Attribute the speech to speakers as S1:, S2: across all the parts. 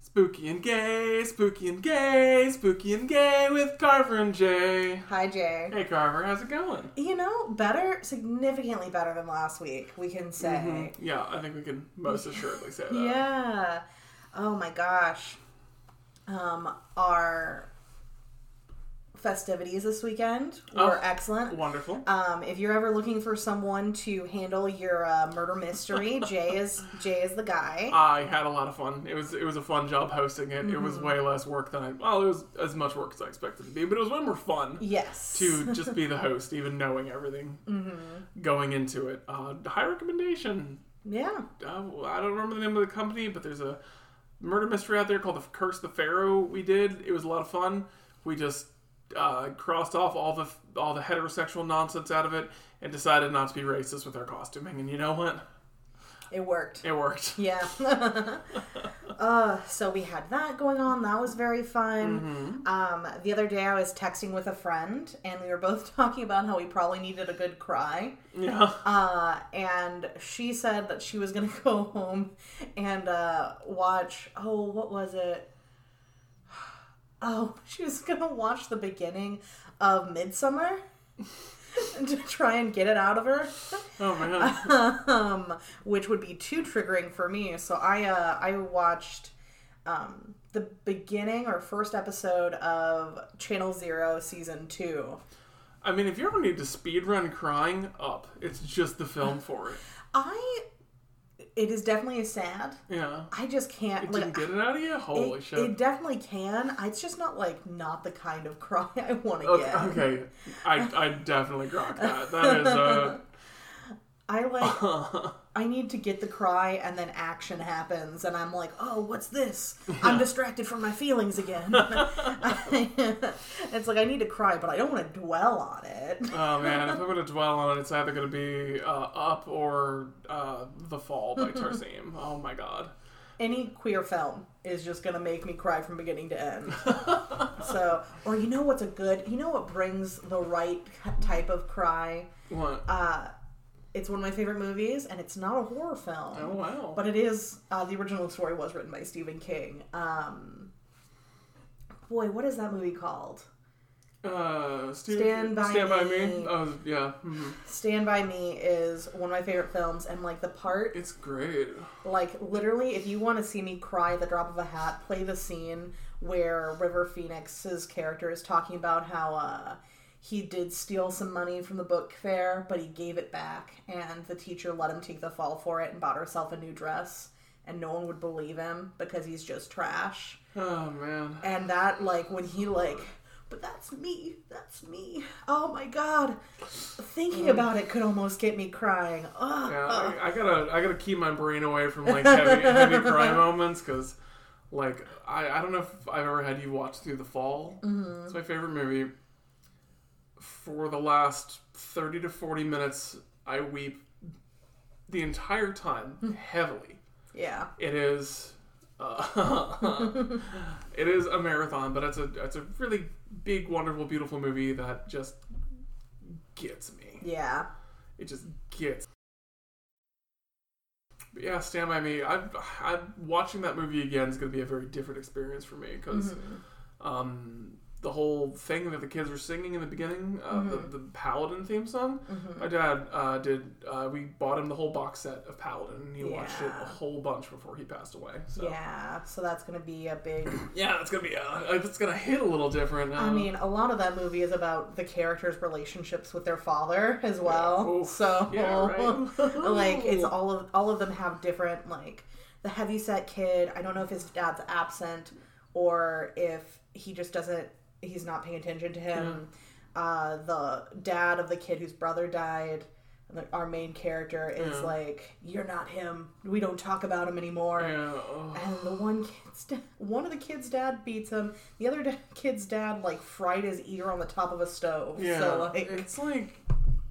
S1: Spooky and gay, spooky and gay, spooky and gay with Carver and Jay.
S2: Hi, Jay.
S1: Hey Carver, how's it going?
S2: You know, better, significantly better than last week, we can say.
S1: Mhm. Yeah, I think we can most assuredly say that.
S2: Yeah. Oh my gosh. Um, our festivities this weekend were
S1: Oh.
S2: excellent.
S1: Wonderful.
S2: Um, if you're ever looking for someone to handle your uh, murder mystery, Jay is Jay is the guy.
S1: I had a lot of fun. It was it was a fun job hosting it. It was way less work than I well, it was as much work as I expected to be, but it was way more fun.
S2: Yes.
S1: to just be the host, even knowing everything going into it. Uh, high recommendation.
S2: Yeah.
S1: Uh, I don't remember the name of the company, but there's a murder mystery out there called The Curse of the Pharaoh. We did. It was a lot of fun. We just uh, crossed off all the all the heterosexual nonsense out of it and decided not to be racist with our costuming. And you know what?
S2: It worked.
S1: It worked.
S2: Yeah. uh, so we had that going on. That was very fun. Um, the other day I was texting with a friend and we were both talking about how we probably needed a good cry.
S1: Yeah.
S2: Uh, and she said that she was going to go home and uh, watch, oh, what was it? Oh, she was going to watch the beginning of Midsummer to try and get it out of her
S1: Oh man.
S2: um, which would be too triggering for me. So I uh, I watched um, the beginning or first episode of Channel Zero season two.
S1: I mean, if you ever need to speed run crying, up. It's just the film for it.
S2: I it is definitely sad.
S1: Yeah.
S2: I just can't.
S1: Didn't
S2: Like,
S1: get it out of you? Holy
S2: it,
S1: shit.
S2: it definitely can. It's just not like not the kind of cry I want to
S1: Okay,
S2: get.
S1: okay. I, I definitely grok that. That is uh
S2: I like I need to get the cry and then action happens and I'm like, "Oh, what's this? I'm distracted from my feelings again." it's like I need to cry, but I don't want to dwell on it.
S1: oh man, if I'm gonna dwell on it, it's either gonna be uh, Up or uh, The Fall by Tarsim. Oh my god.
S2: Any queer film is just going to make me cry from beginning to end. so, or you know what's a good, you know what brings the right type of cry?
S1: What?
S2: Uh it's one of my favorite movies and it's not a horror film.
S1: oh wow.
S2: But it is uh, the original story was written by Stephen King. Um, boy, what is that movie called?
S1: uh, Steve,
S2: Stand by
S1: stand by me.
S2: Me.
S1: Oh yeah, mhm.
S2: Stand by Me is one of my favorite films, and like the part,
S1: it's great.
S2: like literally, if you want to see me cry at the drop of a hat, play the scene where River Phoenix's character is talking about how uh, he did steal some money from the book fair, but he gave it back, and the teacher let him take the fall for it and bought herself a new dress, and no one would believe him because he's just trash.
S1: Oh man.
S2: and that like when he like but that's me that's me oh my god thinking about it could almost get me crying Ugh.
S1: Yeah, I, I gotta I gotta keep my brain away from like heavy heavy cry moments because like I, I don't know if I've ever had you watch through the fall. It's my favorite movie. For the last thirty to forty minutes, I weep the entire time heavily.
S2: yeah
S1: It is.
S2: Mm-hmm.
S1: Uh, it is a marathon, but it's a it's a really big, wonderful, beautiful movie that just gets me.
S2: yeah
S1: It just gets. But yeah, Stand By Me. I, I watching that movie again is going to be a very different experience for me because
S2: Mm-hmm.
S1: um, the whole thing that the kids were singing in the beginning, uh,
S2: Mm-hmm.
S1: the, the Paladin theme song. My dad uh, did. Uh, we bought him the whole box set of Paladin, and he watched it
S2: Yeah.
S1: a whole bunch before he passed away. So yeah,
S2: yeah so that's gonna be a big
S1: it's gonna be. Uh, it's gonna hit a little different.
S2: i
S1: um,
S2: mean a lot of that movie is about the characters relationships with their father as well
S1: Oof.
S2: so
S1: Yeah, right.
S2: like it's all of all of them have different like the heavyset kid i don't know if his dad's absent or if he just doesn't he's not paying attention to him
S1: Hmm.
S2: uh, the dad of the kid whose brother died and the- our main character is
S1: Hmm.
S2: like you're not him we don't talk about him anymore
S1: yeah, oh,
S2: and the one kid's dad, one of the kid's dad beats him. The other da- kid's dad like fried his ear on the top of a stove.
S1: yeah.
S2: So like,
S1: it's like,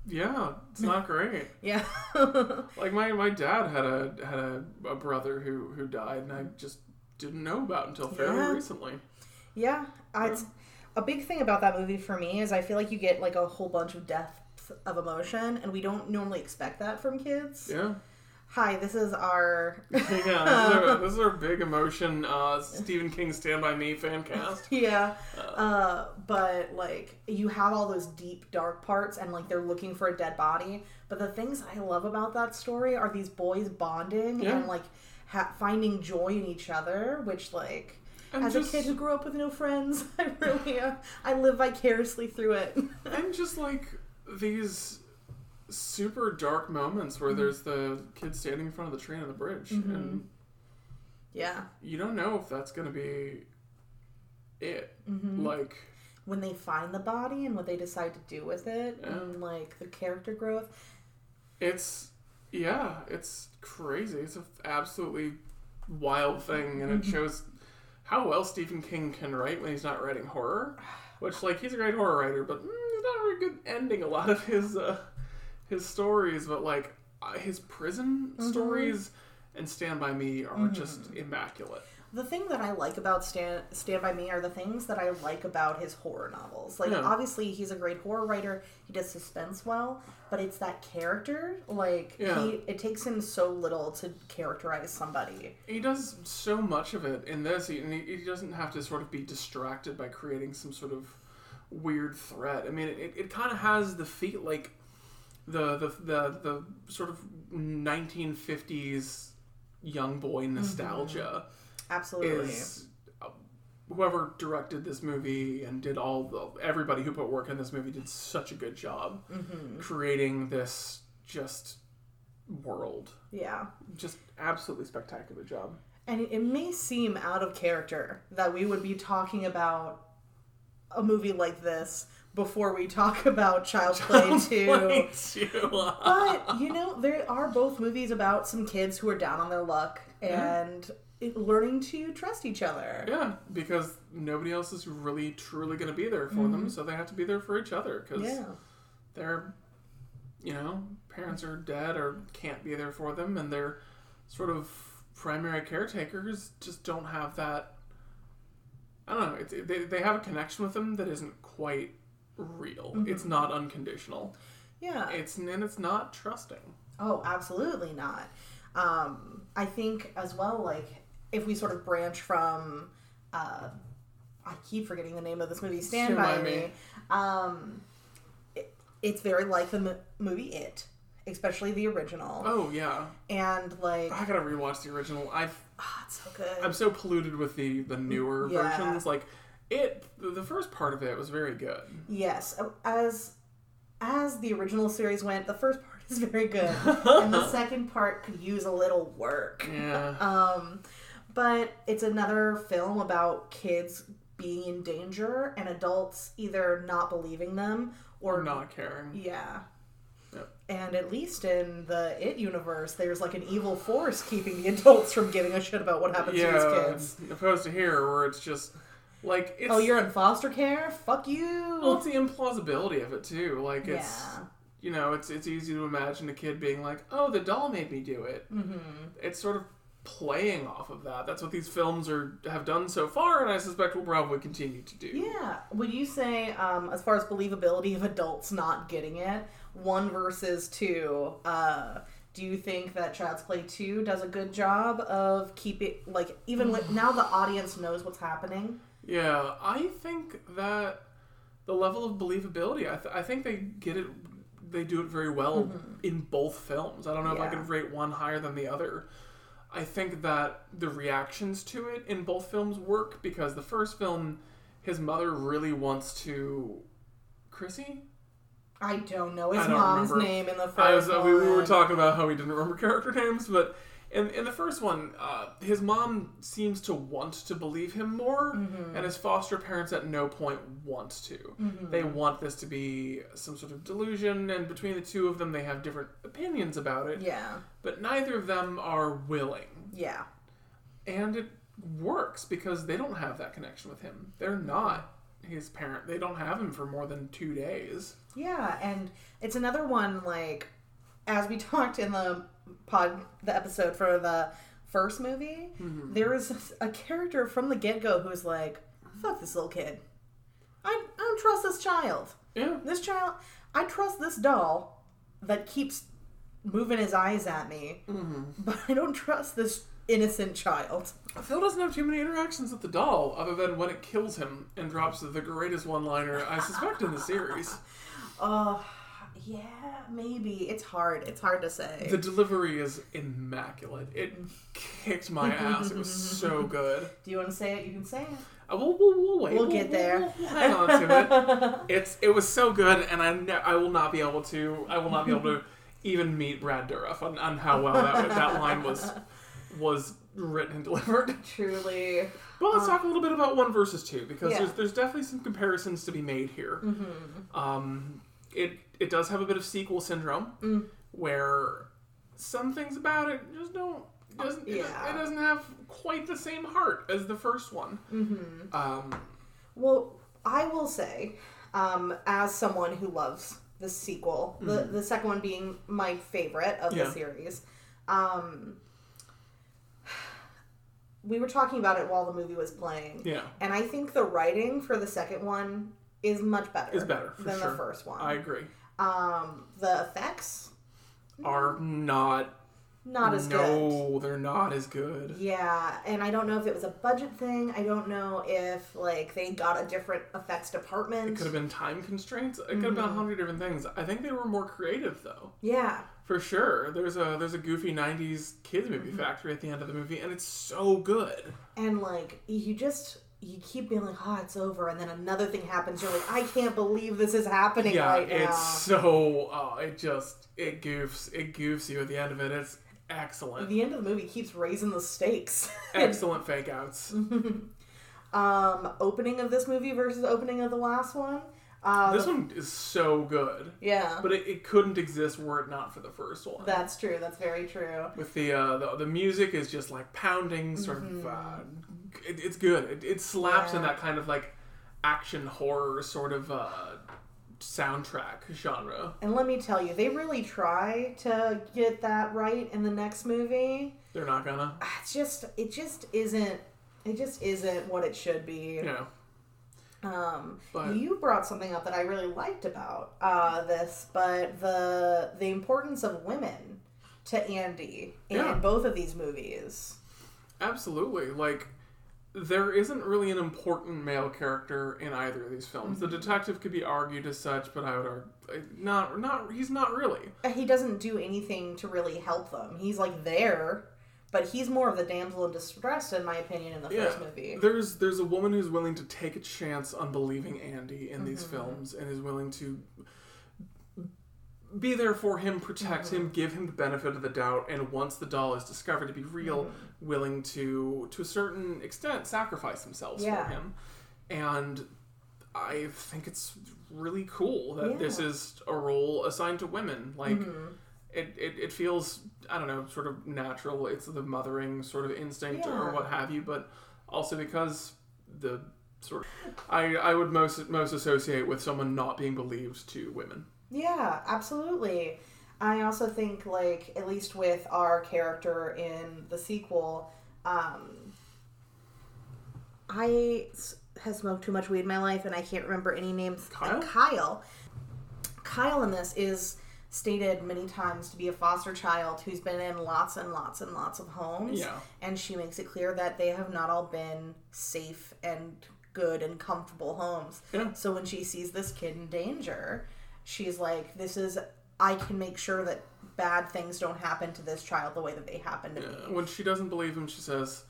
S1: yeah, it's not great.
S2: yeah,
S1: Like my, my dad had a had a, a brother who who died, and I just didn't know about until fairly
S2: Yeah.
S1: recently.
S2: yeah. I, it's a big thing about that movie for me is I feel like you get like a whole bunch of depth of emotion, and we don't normally expect that from kids.
S1: Yeah,
S2: Hi, this is our
S1: yeah, this is, our, this is our big emotion. Uh, Stephen King Stand By Me fan cast.
S2: yeah. Uh, but like you have all those deep dark parts and like they're looking for a dead body. But the things I love about that story are these boys bonding
S1: Yeah.
S2: and like ha- finding joy in each other, which like
S1: And
S2: as
S1: just-
S2: a kid who grew up with no friends, I really uh, I live vicariously through it.
S1: And just like these super dark moments
S2: Mm-hmm.
S1: where there's the kid standing in front of the train on the bridge, and
S2: yeah.
S1: you don't know if that's gonna be it.
S2: Mm-hmm.
S1: Like,
S2: when they find the body and what they decide to do with it
S1: Yeah.
S2: and like the character growth
S1: it's yeah, it's crazy. It's an absolutely wild thing, and it shows how well Stephen King can write when he's not writing horror. Which, like, he's a great horror writer, but mm, he's not very good ending a lot of his uh, his stories. But like uh, his prison stories and Stand by Me are just immaculate.
S2: the thing that i like about stand, stand by me are the things that i like about his horror novels like
S1: Yeah.
S2: obviously he's a great horror writer he does suspense well but it's that character like
S1: Yeah.
S2: he it takes him so little to characterize somebody
S1: He does so much of it in this, he- and he, he doesn't have to sort of be distracted by creating some sort of weird threat. I mean, it, it kind of has the feet like the the, the the sort of 1950s young boy nostalgia
S2: absolutely
S1: is uh, whoever directed this movie and did all the everybody who put work in this movie did such a good job creating this just world
S2: yeah
S1: just absolutely spectacular job
S2: And it, it may seem out of character that we would be talking about a movie like this before we talk about Child Play 2. But, you know, they are both movies about some kids who are down on their luck and it- learning to trust each other.
S1: yeah, because nobody else is really truly going to be there for them, so they have to be there for each other because
S2: Yeah.
S1: their, you know, parents are dead or can't be there for them, and their sort of primary caretakers just don't have that. I don't know. It's, they they have a connection with them that isn't quite real. It's not unconditional.
S2: Yeah.
S1: It's and it's not trusting.
S2: Oh, absolutely not. Um, I think as well, like if we sort of branch from, uh, I keep forgetting the name of this movie, Stand
S1: Stand
S2: by,
S1: By
S2: Me.
S1: Me.
S2: Um, it, it's very like the m- movie It, especially the original,
S1: Oh yeah,
S2: and like
S1: I gotta rewatch the original. I've
S2: ah, it's so good.
S1: I'm so polluted with the the newer
S2: Yeah.
S1: versions. Like it, the first part of it was very good.
S2: Yes, as as the original series went, the first part is very good, and the second part could use a little work.
S1: Yeah,
S2: Um, but it's another film about kids being in danger and adults either not believing them or
S1: or not caring.
S2: um, Yeah.
S1: Yep.
S2: And at least in the It universe, there's like an evil force keeping the adults from giving a shit about what happens to these
S1: Yeah,
S2: kids.
S1: opposed to here where it's just like it's
S2: Oh, you're in foster care? Fuck
S1: well,
S2: you.
S1: it's the implausibility of it too. Like it's
S2: Yeah.
S1: you know it's it's easy to imagine a kid being like, oh, the doll made me do it. Mm-hmm. It's sort of playing off of that. That's what these films are have done so far, and I suspect will probably continue to do.
S2: Yeah. Would you say, um, as far as believability of adults not getting it, one versus two, uh, do you think that Child's Play 2 does a good job of keeping, like, even with, now the audience knows what's happening?
S1: Yeah, I think that the level of believability, I, th- I think they get it, they do it very well in both films. I don't know if I
S2: Yeah.
S1: could rate one higher than the other. I think that the reactions to it in both films work because the first film, his mother really wants to. Chrissy?
S2: I don't know his
S1: I don't
S2: mom's
S1: remember.
S2: name in the first
S1: I was, uh, we, we were
S2: one.
S1: talking about how we didn't remember character names, but in, in the first one, uh, his mom seems to want to believe him more, and his foster parents at no point want to. They want this to be some sort of delusion, and between the two of them, they have different opinions about it,
S2: Yeah.
S1: but neither of them are willing.
S2: Yeah.
S1: And it works because they don't have that connection with him. They're not his parent, they don't have him for more than two days.
S2: Yeah, and it's another one like as we talked in the pod the episode for the first movie, there is a character from the get go who's like, "Fuck this little kid. I, I don't trust this child.
S1: Yeah.
S2: This child, I trust this doll that keeps moving his eyes at me, but I don't trust this innocent child.
S1: Phil doesn't have too many interactions with the doll other than when it kills him and drops the greatest one liner I suspect in the series.
S2: Oh, yeah, maybe. It's hard. It's hard to say.
S1: The delivery is immaculate. It kicked my ass. It was so good.
S2: Do you want to say it? You can say it.
S1: Uh, We'll, we'll, we'll wait.
S2: We'll get there.
S1: We'll, we'll hang on to it. It's it was so good, and I ne- I will not be able to I will not be able to even meet Brad Dourif on, on how well that that line was was written and delivered.
S2: Truly.
S1: Well, let's talk a little bit about one versus two because
S2: Uh, Yeah. Mm-hmm.
S1: there's there's definitely some comparisons to be made here. Um, it it does have a bit of sequel syndrome
S2: Mm.
S1: where some things about it just don't doesn't it-
S2: Oh, Yeah.
S1: it, doesn't have quite the same heart as the first one. Mm-hmm. Um,
S2: Well, I will say, um, as someone who loves the sequel, the, the second one being my favorite of the
S1: Mm-hmm. Yeah.
S2: series, um, we were talking about it while the movie was playing.
S1: yeah,
S2: And I think the writing for the second one is much better,
S1: Is better, for
S2: than the
S1: sure.
S2: first one.
S1: I agree.
S2: Um, the effects,
S1: Are not
S2: Mm-hmm. not as good.
S1: no, they're not as good.
S2: Yeah, and I don't know if it was a budget thing. I don't know if like they got a different effects department.
S1: It could have been time constraints. It could have
S2: Mm-hmm.
S1: been a hundred different things. I think they were more creative though.
S2: yeah,
S1: For sure. There's a there's a goofy '90s kids movie
S2: Mm-hmm.
S1: factory at the end of the movie, and it's so good.
S2: and like you just you keep being like, oh, it's over, and then another thing happens. You're like, I can't believe this is happening
S1: Yeah,
S2: right now.
S1: it's so uh, it just it goofs it goofs you at the end of it. It's excellent,
S2: The end of the movie keeps raising the Mm-hmm. stakes.
S1: excellent fake outs.
S2: um, opening of this movie versus opening of the last one. Uh,
S1: This one is so good,
S2: yeah,
S1: but it, it couldn't exist were it not for the first one.
S2: that's true. That's very true.
S1: With the, uh, the the music is just like pounding, sort of. Uh, it, it's good. It, it slaps in
S2: Mm-hmm. Yeah.
S1: that kind of like action horror sort of uh, soundtrack genre.
S2: And let me tell you, they really try to get that right in the next movie. Ah,
S1: They're not gonna.
S2: It's just it just isn't it just isn't what it should be.
S1: You know,
S2: Um,
S1: But-
S2: you brought something up that I really liked about uh, this, but the the importance of women to Andy in
S1: Yeah.
S2: both of these movies.
S1: absolutely. Like, there isn't really an important male character in either of these films. The detective could be argued as such, but I would argue not. Not he's not really.
S2: He doesn't do anything to really help them. He's like there, but he's more of the damsel in distress, in my opinion, in the
S1: Yeah.
S2: first movie.
S1: There's there's a woman who's willing to take a chance on believing Andy in these
S2: Mm-hmm.
S1: films and is willing to be there for him, protect him,
S2: Mm-hmm.
S1: give him the benefit of the doubt, and once the doll is discovered to be real,
S2: Mm-hmm.
S1: willing to to a certain extent sacrifice themselves
S2: Yeah.
S1: for him. And I think it's really cool that
S2: Yeah. Mm-hmm.
S1: this is a role assigned to women. Like it, it, it feels I don't know, sort of natural. It's the mothering sort of instinct or
S2: Yeah.
S1: what have you, but also because the sort of I, I would most most associate with someone not being believed to women.
S2: Yeah, absolutely. I also think, like, at least with our character in the sequel, um, I s- have smoked too much weed in my life and I can't remember any names.
S1: Kyle?
S2: Kyle. Kyle in this is stated many times to be a foster child who's been in lots and lots and lots of homes.
S1: Yeah.
S2: And she makes it clear that they have not all been safe and good and comfortable homes.
S1: Yeah.
S2: So when she sees this kid in danger, she's like, This is, I can make sure that bad things don't happen to this child the way that they happened to me.
S1: Uh, When she doesn't believe him, she says,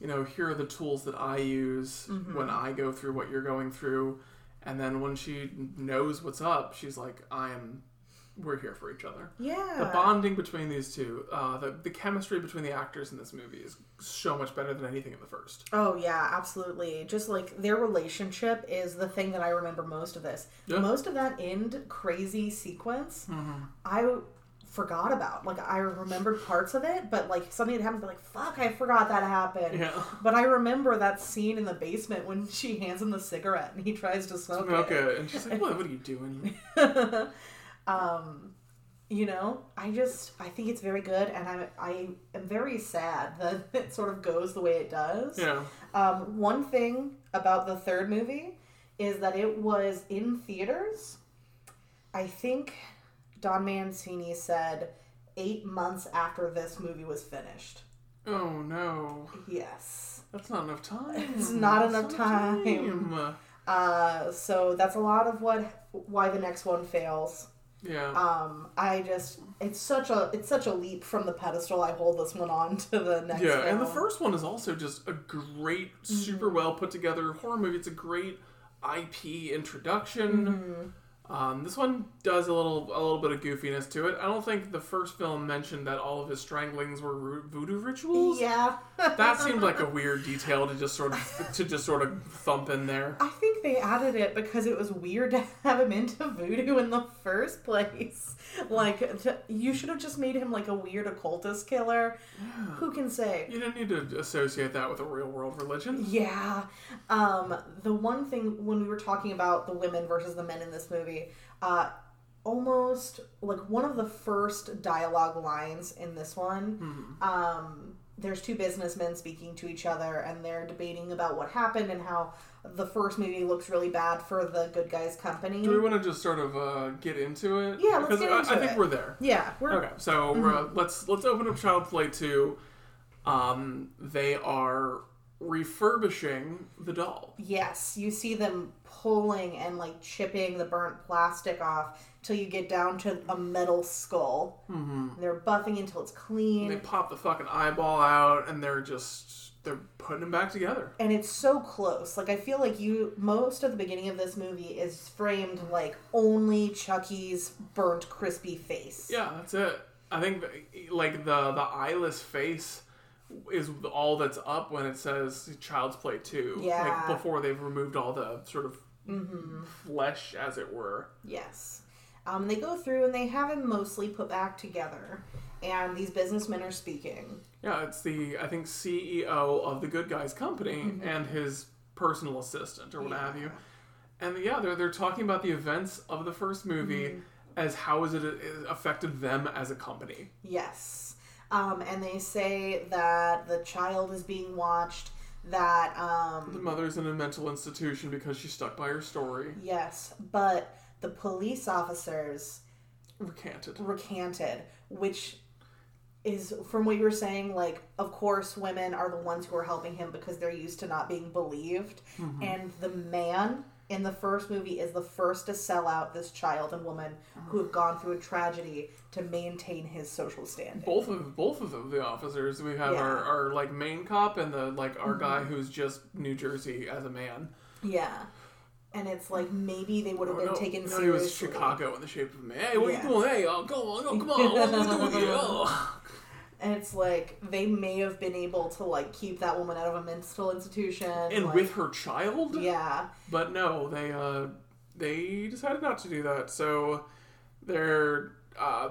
S1: you know, here are the tools that I use when I go through what you're going through. And then when she knows what's up, she's like, I am we're here for each other.
S2: Yeah.
S1: the bonding between these two, uh, the, the chemistry between the actors in this movie is so much better than anything in the first.
S2: Oh yeah, absolutely. Just like their relationship is the thing that I remember most of this.
S1: Yeah. Mm-hmm.
S2: Most of that end crazy sequence, I forgot about. Like I remembered parts of it, but like something had happened. But like fuck, I forgot that happened.
S1: Yeah.
S2: But I remember that scene in the basement when she hands him the cigarette and he tries to smoke it.
S1: Okay, and she's like, "What? What are you doing?"
S2: Um, You know, I just I think it's very good, and I I am very sad that it sort of goes the way it does.
S1: Yeah,
S2: Um, one thing about the third movie is that it was in theaters. I think Don Mancini said eight months after this movie was finished.
S1: Oh no,
S2: Yes.
S1: that's not enough time.
S2: It's not
S1: That's
S2: enough
S1: not
S2: time.
S1: time.
S2: Uh, so that's a lot of what why the next one fails.
S1: Yeah,
S2: Um, I just it's such a it's such a leap from the pedestal I hold this one on to the next.
S1: yeah. And the
S2: film.
S1: first one is also just a great,
S2: Mm-hmm.
S1: super well put together horror movie. It's a great IP introduction.
S2: Mm-hmm.
S1: Um, this one does a little a little bit of goofiness to it. I don't think the first film mentioned that all of his stranglings were ru- voodoo rituals.
S2: yeah.
S1: That seemed like a weird detail to just sort of to just sort of thump in there.
S2: I think they added it because it was weird to have him into voodoo in the first place. Like, to, you should have just made him like a weird occultist killer. Who can say?
S1: You didn't need to associate that with a real world religion.
S2: Yeah. Um, the one thing when we were talking about the women versus the men in this movie, uh, almost like one of the first dialogue lines in this one. Um, there's two businessmen speaking to each other, and they're debating about what happened and how the first movie looks really bad for the good guys' company.
S1: Do we want to just sort of uh, get into it?
S2: Yeah, let's
S1: because
S2: get
S1: I,
S2: into
S1: I think
S2: it. Mm-hmm.
S1: we're there.
S2: Yeah, we're
S1: Okay, so we're, uh, let's let's open up Child Play Two. Um, they are refurbishing the doll.
S2: yes. You see them pulling and like chipping the burnt plastic off till you get down to a metal skull. Mm-hmm. They're buffing until it's clean,
S1: They pop the fucking eyeball out, and they're just they're putting them back together.
S2: and it's so close. Like I feel like you most of the beginning of this movie is framed like only Chucky's burnt crispy face.
S1: Yeah, that's it. I think like the the eyeless face is all that's up when it says Child's Play Two.
S2: Yeah.
S1: like before they've removed all the sort of flesh, as it were.
S2: Yes. Um, they go through and they have him mostly put back together, and these businessmen are speaking.
S1: Yeah, it's the I think CEO of the Good Guys Company and his personal assistant or what have you. And yeah, they're they're talking about the events of the first movie as how is it it affected them as a company.
S2: Yes. Um, and they say that the child is being watched, that,
S1: The
S2: um,
S1: mother's in a mental institution because she's stuck by her story.
S2: yes, but the police officers
S1: Recanted.
S2: recanted, which is from what you were saying, like, of course, women are the ones who are helping him because they're used to not being believed. And the man in the first movie is the first to sell out this child and woman who have gone through a tragedy to maintain his social standing.
S1: Both of both of them, the officers we have
S2: Yeah. Mm-hmm.
S1: our, our like main cop and the like our guy who's just New Jersey as a man.
S2: Yeah. And it's like maybe they would have
S1: Oh,
S2: been
S1: no,
S2: taken
S1: no,
S2: seriously.
S1: he was Chicago in the shape of a man. Hey, what
S2: Yeah.
S1: are you doing? Hey, oh, go on, go, come on, what are we doing here? Oh.
S2: And it's like they may have been able to like keep that woman out of a mental institution.
S1: and
S2: like-
S1: with her child.
S2: Yeah.
S1: But no, they uh, they decided not to do that. So they're uh,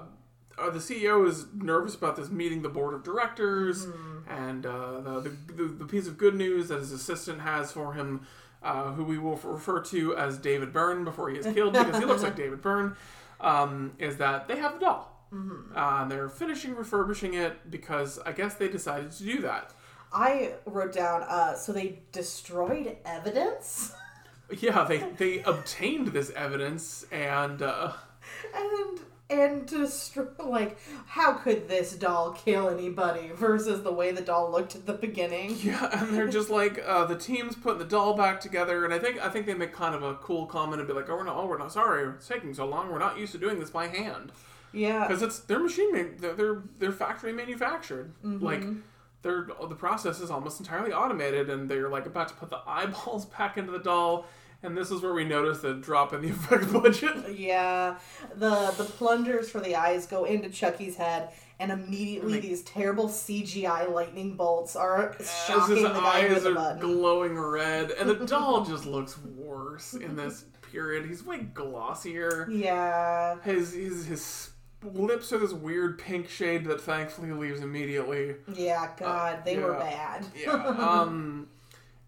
S1: uh, the CEO is nervous about this meeting the board of directors, and uh, the, the, the the piece of good news that his assistant has for him. Uh, who we will f- refer to as David Byrne before he is killed because he looks like David Byrne, um, is that they have the doll. Uh, and they're finishing refurbishing it because I guess they decided to do that.
S2: I wrote down uh so they destroyed evidence
S1: Yeah, they, they obtained this evidence and uh,
S2: and and destroy like how could this doll kill anybody versus the way the doll looked at the beginning.
S1: Yeah, and they're just like uh, the team's putting the doll back together, and I think I think they make kind of a cool comment and be like, "Oh, we're not, oh, we're not sorry, it's taking so long. We're not used to doing this by hand
S2: Yeah.
S1: because it's they're machine, man- they're they're, they're factory manufactured.
S2: Mm-hmm.
S1: Like, they're the process is almost entirely automated, and they're like about to put the eyeballs back into the doll, and this is where we notice the drop in the effect budget.
S2: Yeah. The the plungers for the eyes go into Chucky's head and immediately these terrible CGI lightning bolts are
S1: As
S2: shocking
S1: his
S2: the guy with
S1: eyes
S2: the
S1: are
S2: button.
S1: glowing red, and the doll just looks worse in this period. He's way glossier.
S2: Yeah.
S1: His his his lips are this weird pink shade that thankfully leaves immediately.
S2: Yeah, God, they were
S1: yeah.
S2: bad.
S1: Yeah. um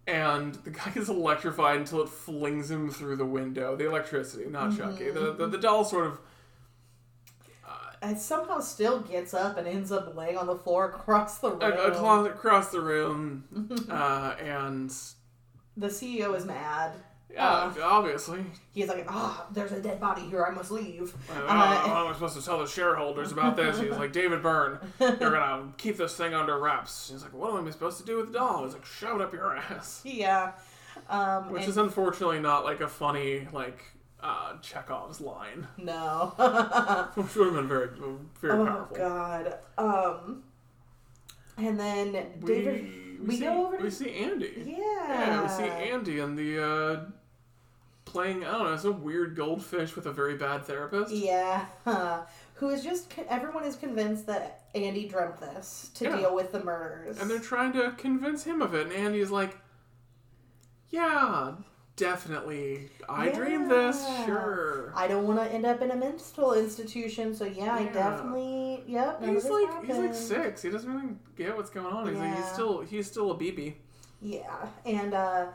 S1: and the guy is electrified until it flings him through the window. The electricity, not Chucky. The, the the doll sort of
S2: And somehow still gets up and ends up laying on the floor across the room.
S1: a, a closet across the room uh and
S2: the CEO E is mad.
S1: Yeah, obviously.
S2: He's like, ah, there's a dead body here. I must leave.
S1: Uh,
S2: Uh,
S1: how am I supposed to tell the shareholders about this? He's like, David Byrne, you're gonna keep this thing under wraps. He's like, what am I supposed to do with the doll? He's like, shove it up your ass.
S2: yeah. Um,
S1: Which
S2: and-
S1: is unfortunately not like a funny like uh, Chekhov's line,
S2: no.
S1: which would have been very, very
S2: oh
S1: powerful.
S2: God. Um, and then
S1: We,
S2: David,
S1: we,
S2: we
S1: see,
S2: go over to-
S1: we see Andy.
S2: yeah,
S1: Yeah, we see Andy and the uh, playing. I don't know. It's a weird goldfish with a very bad therapist.
S2: Yeah. Who is just everyone is convinced that Andy dreamt this to
S1: Yeah.
S2: deal with the murders.
S1: And they're trying to convince him of it, and Andy's like, "Yeah, definitely. I dreamed this.
S2: Yeah.
S1: Sure."
S2: I don't want to end up in a mental institution, so yeah, I
S1: Yeah.
S2: definitely. Yep. none of
S1: He's
S2: this
S1: like he's like
S2: happened.
S1: six. He doesn't really get what's going on. He's like he's
S2: Yeah.
S1: still he's still a BB.
S2: Yeah, and uh,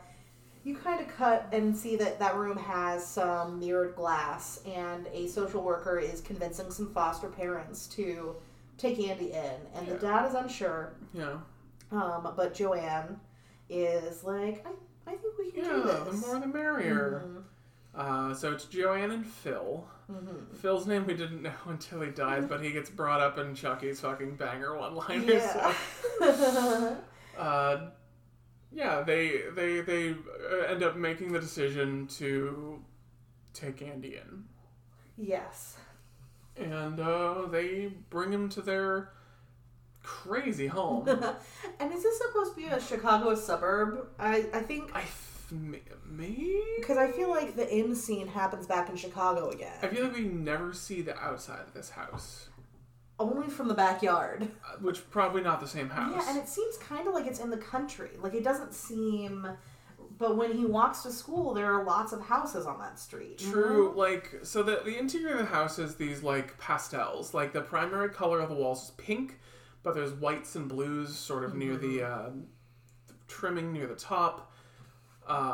S2: you kind of cut and see that that room has some mirrored glass, and a social worker is convincing some foster parents to take Andy in, and the dad is unsure,
S1: Yeah,
S2: um, but Joanne is like, I, I think we can do
S1: yeah. The
S2: this.
S1: more the
S2: Mm-hmm.
S1: merrier. Uh, so it's Joanne and Phil.
S2: Mhm.
S1: Phil's name we didn't know until he
S2: Mm-hmm.
S1: died, but he gets brought up in Chucky's fucking banger one liners.
S2: Yeah.
S1: uh, yeah, they they they uh, end up making the decision to take Andy in,
S2: yes.
S1: and uh, they bring him to their crazy home.
S2: And is this supposed to be a Chicago suburb? I, I think
S1: I f- me. me?
S2: because I feel like the inn scene happens back in Chicago again,
S1: I feel like we never see the outside of this house,
S2: only from the backyard.
S1: uh, which probably not the same house.
S2: Yeah, and it seems kind of like it's in the country. Like it doesn't seem. But when he walks to school, there are lots of houses on that street.
S1: True, like so the the interior of the house is these like pastels. Like the primary color of the walls is pink, but there's whites and blues sort of near the uh, trimming near the top.
S2: Mm-hmm.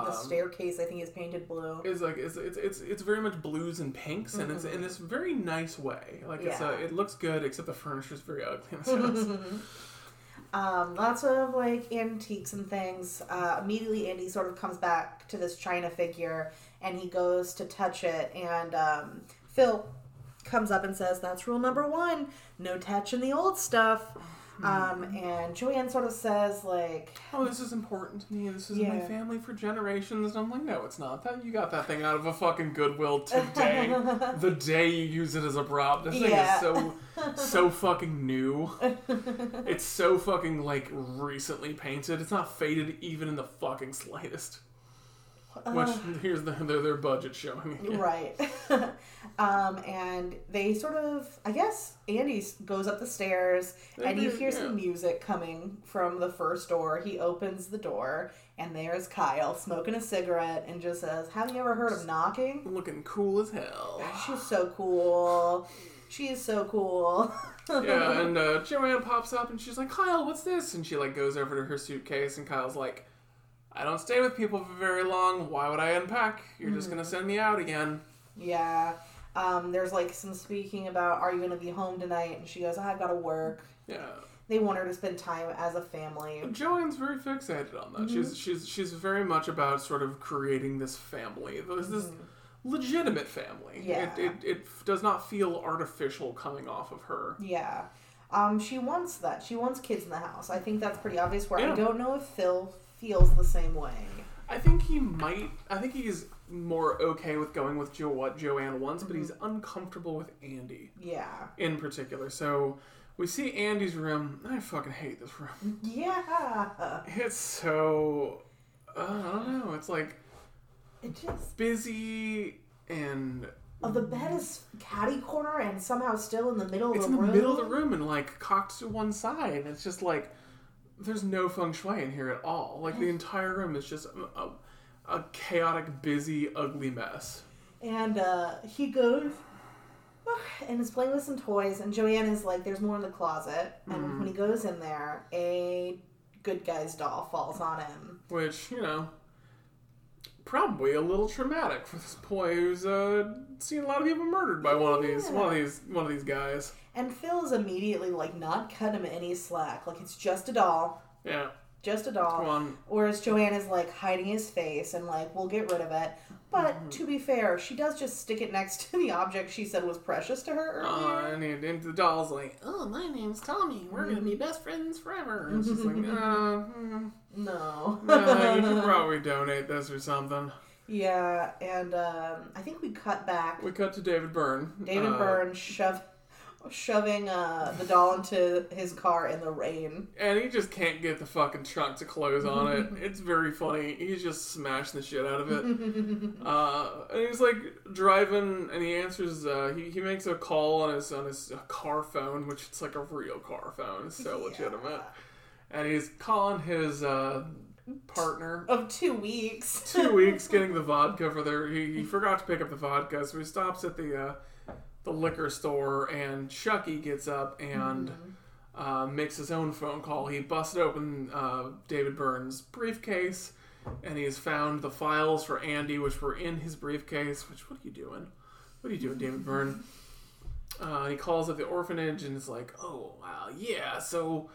S2: The
S1: Um,
S2: staircase, I think, is painted blue.
S1: is like it's it's it's it's very much blues and pinks, and it's in this very nice way. Like it's a,
S2: Mm-hmm. Yeah.
S1: it looks good, except the furniture's very ugly in this house.
S2: Um, lots of like antiques and things. Uh, immediately, Andy sort of comes back to this china figure, and he goes to touch it, and um, Phil comes up and says, "That's rule number one: no touching the old stuff." Um, and Joanne sort of says, like,
S1: oh, this is important to me. This is my
S2: Yeah.
S1: family for generations. And I'm like, no, it's not. That you got that thing out of a fucking Goodwill today. the day you use it as a prop. This
S2: Yeah.
S1: thing is so so fucking new. it's so fucking like recently painted. It's not faded even in the fucking slightest. Which here's the, their their budget showing. again.
S2: Right. um, and they sort of, I guess, Andy s- goes up the stairs
S1: They
S2: and he
S1: do,
S2: hears
S1: yeah.
S2: some music coming from the first door. He opens the door and there's Kyle smoking a cigarette and just says, Have you ever heard of knocking?
S1: Looking cool as hell.
S2: She's so cool. She is so cool.
S1: yeah, and uh, Joanne pops up and she's like, Kyle, what's this? And she like goes over to her suitcase and Kyle's like, I don't stay with people for very long. Why would I unpack? You're just gonna send me out again.
S2: yeah. Um, there's like some speaking about, Are you going to be home tonight? And she goes, I gotta work.
S1: Yeah.
S2: They want her to spend time as a family.
S1: Joanne's very fixated on that. She's she's she's very much about sort of creating this family. This this legitimate family.
S2: Yeah.
S1: It, it it f- does not feel artificial coming off of her.
S2: Yeah. Um, she wants that. She wants kids in the house. I think that's pretty obvious. Where
S1: Yeah.
S2: I don't know if Phil feels the same way.
S1: I think he might. I think he's more okay with going with jo- what Joanne wants, but he's uncomfortable with Andy
S2: Yeah.
S1: in particular. So we see Andy's room. I fucking hate this room.
S2: Mm-hmm. Yeah.
S1: It's so uh, I don't know. It's like
S2: It just
S1: busy and
S2: oh, the bed is catty corner and somehow still in the middle
S1: it's
S2: of
S1: in
S2: the
S1: the
S2: room.
S1: middle of the room and like cocked to one side and it's just like there's no feng shui in here at all like the entire room is just a, a, a chaotic busy ugly mess
S2: And uh, he goes and is playing with some toys. And Joanne is like, "There's more in the closet." And
S1: Mm-hmm.
S2: when he goes in there, a good guy's doll falls on him.
S1: which you know probably a little traumatic for this boy who's uh, seen a lot of people murdered by one of these one of these one of these guys
S2: And Phil is immediately like, not cut him any slack. Like it's just a doll.
S1: Uh, yeah
S2: just a doll.
S1: Come on.
S2: Whereas Joanne is like hiding his face and like, we'll get rid of it. But
S1: Mm-hmm.
S2: to be fair, she does just stick it next to the object she said was precious to her
S1: Uh,
S2: earlier.
S1: and, he- and the doll's like, oh, my name's Tommy. We're going to be best friends forever. And she's like, uh, hmm,
S2: no.
S1: uh, you should probably donate this or something.
S2: yeah, and um, I think we cut back.
S1: We cut to David Byrne.
S2: David
S1: Uh,
S2: Byrne shove, shoving uh, the doll into his car in the rain.
S1: And he just can't get the fucking truck to close on it. It's very funny. He's just smashing the shit out of it. uh, and he's like driving, and he answers. Uh, he he makes a call on his on his uh, car phone, which it's like a real car phone. It's so
S2: Yeah.
S1: legitimate. And he's calling his uh, partner.
S2: Of two weeks.
S1: Two weeks getting the vodka for their. He, he forgot to pick up the vodka, so he stops at the uh, the liquor store, and Chucky gets up and uh, makes his own phone call. He busted open uh, David Byrne's briefcase, and he's found the files for Andy, which were in his briefcase. Which, what are you doing? What are you doing, David Byrne? Uh, he calls at the orphanage and is like, "Oh wow, yeah." So,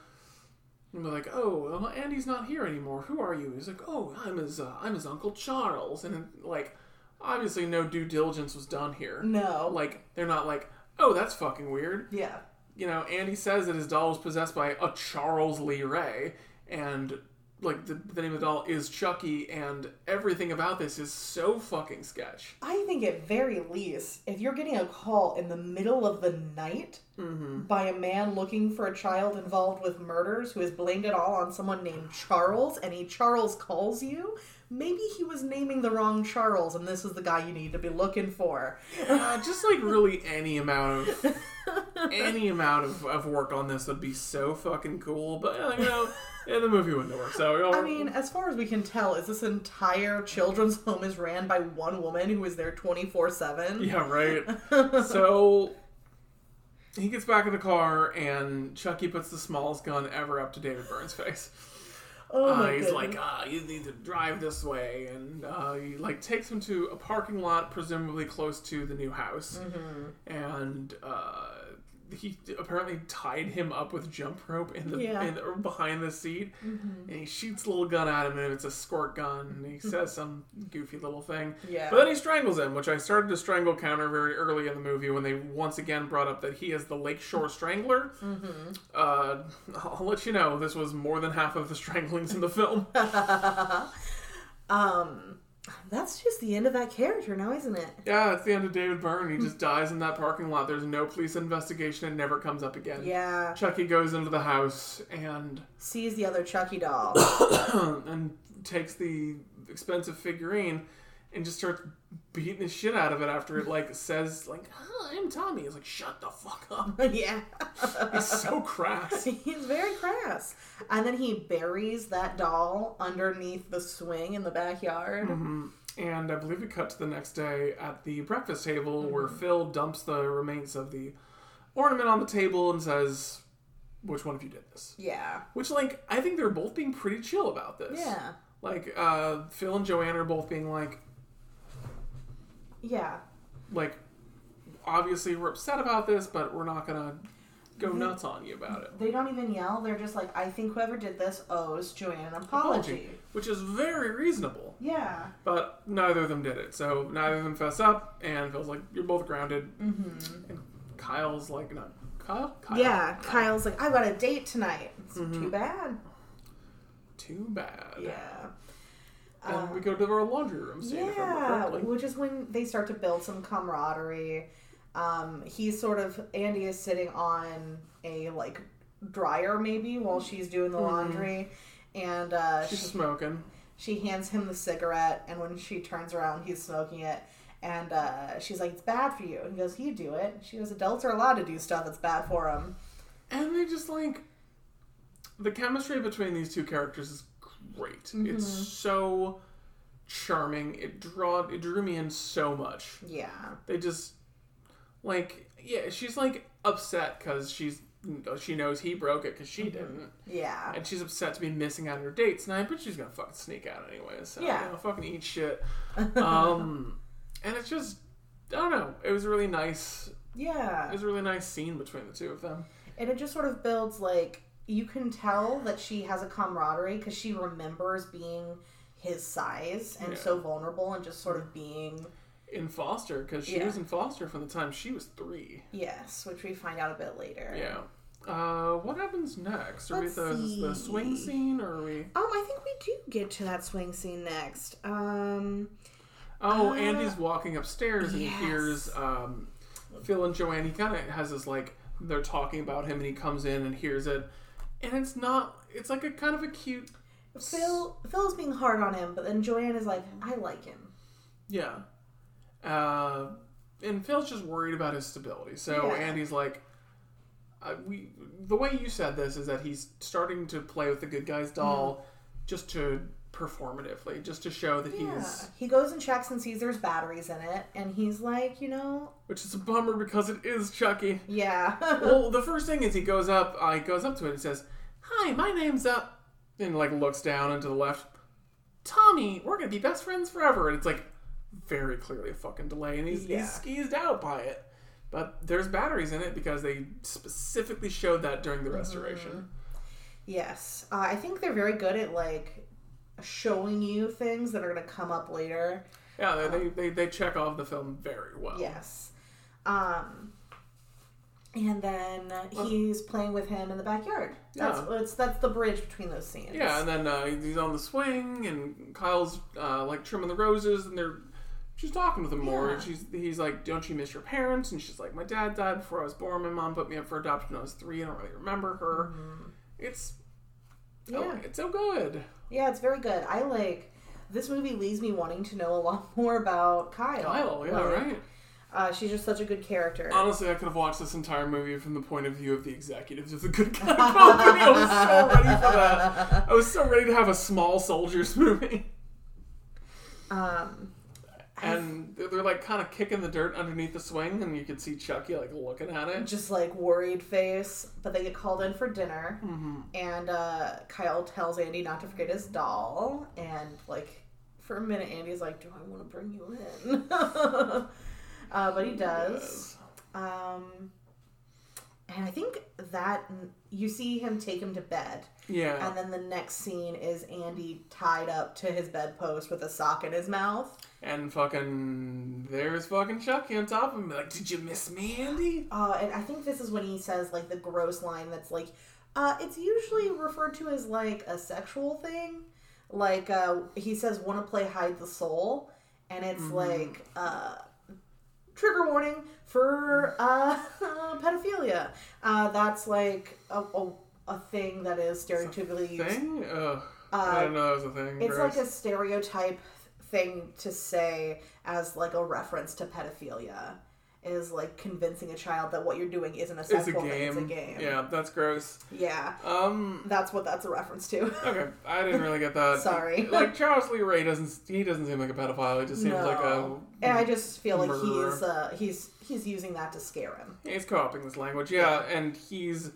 S1: and we're like, "Oh, well, Andy's not here anymore. Who are you?" He's like, "Oh, I'm his, uh, I'm his uncle Charles." And like, obviously, no due diligence was done here.
S2: No.
S1: Like, they're not like, "Oh, that's fucking weird."
S2: yeah.
S1: you know, Andy says that his doll was possessed by a Charles Lee Ray, and like the, the name of the doll is Chucky, and everything about this is so fucking sketch.
S2: I think at very least, if you're getting a call in the middle of the night
S1: Mm-hmm.
S2: by a man looking for a child involved with murders who has blamed it all on someone named Charles, and he Charles calls you, maybe he was naming the wrong Charles, and this is the guy you need to be looking for.
S1: Uh, just like really any amount of any amount of, of work on this would be so fucking cool, but uh, you know, yeah, the movie wouldn't work. So you know,
S2: I mean, as far as we can tell, is this entire children's home is ran by one woman who is there twenty four seven.
S1: Yeah, right. so he gets back in the car, and Chucky puts the smallest gun ever up to David Byrne's face.
S2: Oh
S1: uh,
S2: my
S1: he's
S2: goodness.
S1: like, ah, you need to drive this way, and uh, he like takes him to a parking lot, presumably close to the new house,
S2: Mm-hmm.
S1: and uh, he apparently tied him up with jump rope in the,
S2: Yeah.
S1: in the- behind the seat,
S2: Mm-hmm.
S1: and he shoots a little gun at him, and it's a squirt gun, and he says some goofy little thing,
S2: Yeah.
S1: but then he strangles him, which I started to strangle counter very early in the movie when they once again brought up that he is the Lakeshore Strangler.
S2: Mm-hmm.
S1: Uh, I'll let you know, this was more than half of the stranglings in the film.
S2: um, that's just the end of that character now, isn't it?
S1: yeah, it's the end of David Byrne. He just dies in that parking lot. There's no police investigation. It never comes up again.
S2: Yeah.
S1: Chucky goes into the house and
S2: sees the other Chucky doll.
S1: and takes the expensive figurine and just starts beating the shit out of it after it like says like "Hi, I'm Tommy. It's like shut the fuck up.
S2: yeah.
S1: He's so crass.
S2: He's very crass. And then he buries that doll underneath the swing in the backyard.
S1: And I believe we cut to the next day at the breakfast table where Phil dumps the remains of the ornament on the table and says, Which one of you did this?
S2: Yeah.
S1: Which, like, I think they're both being pretty chill about this.
S2: Yeah.
S1: Like, uh, Phil and Joanne are both being like,
S2: Yeah.
S1: like, obviously we're upset about this, but we're not gonna go
S2: Mm-hmm.
S1: nuts on you about it.
S2: They don't even yell. They're just like, I think whoever did this owes Joanne an apology.
S1: Which is very reasonable.
S2: Yeah.
S1: But neither of them did it. So neither of them fess up, and Phil's like, "You're both grounded." Mm-hmm. And Kyle's like, "No, Kyle, Kyle,
S2: Yeah. Kyle's like, I got a date tonight. It's too bad.
S1: too bad."
S2: Yeah. uh,
S1: And we go to our laundry room scene. if I remember
S2: Yeah,
S1: correctly.
S2: which is when they start to build some camaraderie. Um, he's sort of Andy is sitting on a like dryer maybe while she's doing the laundry, and uh,
S1: she's
S2: she,
S1: smoking.
S2: she hands him the cigarette, and when she turns around, he's smoking it. And uh, she's like, "It's bad for you." And he goes, "You do it." She goes, "Adults are allowed to do stuff that's bad for them."
S1: And they just like the chemistry between these two characters is great. It's so charming. It draw it drew me in so much.
S2: Yeah,
S1: They just like yeah, she's like upset because she's she knows he broke it because she didn't,
S2: yeah,
S1: and she's upset to be missing out on her dates. And I bet she's gonna fucking sneak out anyway. So
S2: Yeah.
S1: you know, fucking eat shit. Um, and it's just I don't know. It was a really nice.
S2: yeah.
S1: It was a really nice scene between the two of them.
S2: and it just sort of builds like you can tell that she has a camaraderie because she remembers being his size and
S1: Yeah.
S2: so vulnerable and just sort of being
S1: in foster because she
S2: Yeah.
S1: was in foster from the time she was three.
S2: yes, which we find out a bit later.
S1: Yeah. Uh, what happens next? Are
S2: Let's
S1: we at the, the
S2: see.
S1: swing scene, or are we?
S2: Um, I think we do get to that swing scene next. Um,
S1: Oh,
S2: Uh,
S1: Andy's walking upstairs and
S2: yes.
S1: he hears um, Phil and Joanne. He kind of has this like they're talking about him, and he comes in and hears it, and it's not. It's like a kind of a cute.
S2: Phil Phil's being hard on him, but then Joanne is like, I like him.
S1: Yeah. Uh, and Phil's just worried about his stability. So
S2: Yeah.
S1: Andy's like, uh, we. The way you said this is that he's starting to play with the good guy's
S2: Mm-hmm.
S1: doll, just to performatively, just to show that
S2: Yeah.
S1: he's.
S2: He goes and checks and sees there's batteries in it, and he's like, you know,
S1: Which is a bummer because it is Chucky.
S2: yeah.
S1: well, the first thing is he goes up. Uh, he goes up to it and says, "Hi, my name's up," and like looks down and to the left. Tommy, we're gonna be best friends forever, and it's like very clearly a fucking delay, and he's,
S2: Yeah.
S1: he's skeezed out by it. But there's batteries in it because they specifically showed that during the restoration.
S2: yes. Uh, I think they're very good at like showing you things that are going to come up later.
S1: Yeah, they, they, they, they check off the film very well.
S2: Yes. Um, and then he's playing with him in the backyard. That's
S1: Yeah.
S2: it's, that's the bridge between those scenes.
S1: Yeah, and then uh, he's on the swing, and Kyle's uh, like trimming the roses, and they're she's talking with him more.
S2: Yeah.
S1: And she's he's like, "Don't you miss your parents?" And she's like, "My dad died before I was born. My mom put me up for adoption when I was three. I don't really remember her." It's
S2: Yeah.
S1: oh, it's so good.
S2: Yeah, it's very good. I like this movie leaves me wanting to know a lot more about Kyle.
S1: Kyle, yeah,
S2: Like,
S1: right.
S2: Uh, she's just such a good character.
S1: Honestly, I could have watched this entire movie from the point of view of the executives of the Good Guy Company. I was so ready for that. I was so ready to have a small soldiers movie.
S2: Um,
S1: and they're, they're like kind of kicking the dirt underneath the swing, and you can see Chucky like looking at it.
S2: just like worried face, but they get called in for dinner, and uh, Kyle tells Andy not to forget his doll, and like for a minute, Andy's like, "Do I want to bring you in?" uh, but he does. Um, and I think that you see him take him to bed.
S1: Yeah,
S2: And then the next scene is Andy tied up to his bedpost with a sock in his mouth.
S1: and fucking there's fucking Chucky on top of him. Like, did you miss me, Andy?
S2: Uh, and I think this is when he says like the gross line that's like, uh, it's usually referred to as like a sexual thing. Like uh, he says, "Want to play hide the soul," and it's like uh, trigger warning for uh, pedophilia. Uh, that's like a, a, a thing that is stereotypically used Uh,
S1: Thing? Ugh. I didn't know that was a thing.
S2: It's
S1: Gross.
S2: like a stereotype thing to say as like a reference to pedophilia is like convincing a child that what you're doing isn't a
S1: It's a
S2: sexual thing,
S1: game.
S2: it's a game.
S1: Yeah, that's gross.
S2: Yeah.
S1: Um,
S2: That's what that's a reference to.
S1: okay, I didn't really get that.
S2: Sorry.
S1: Like Charles Lee Ray doesn't. He doesn't seem like a pedophile. He just seems
S2: no.
S1: like a.
S2: and I just feel like
S1: murderer.
S2: he's uh he's he's using that to scare him.
S1: He's co-opting this language, yeah, and he's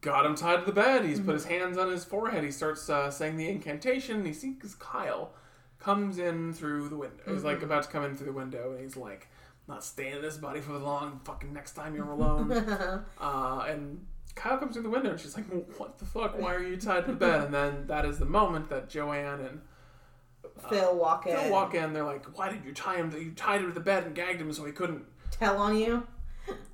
S1: got him tied to the bed. He's put his hands on his forehead. He starts uh, saying the incantation. And he sees Kyle comes in through the window. He's like about to come in through the window, and he's like, "Not staying in this body for long. Fucking next time you're alone." uh, and Kyle comes through the window, and she's like, "What the fuck? Why are you tied to the bed?" And then that is the moment that Joanne and
S2: Phil walk in.
S1: Uh, Phil walk in. They're like, "Why did you tie him? To, you tied him to the bed and gagged him so he couldn't."
S2: Tell on you.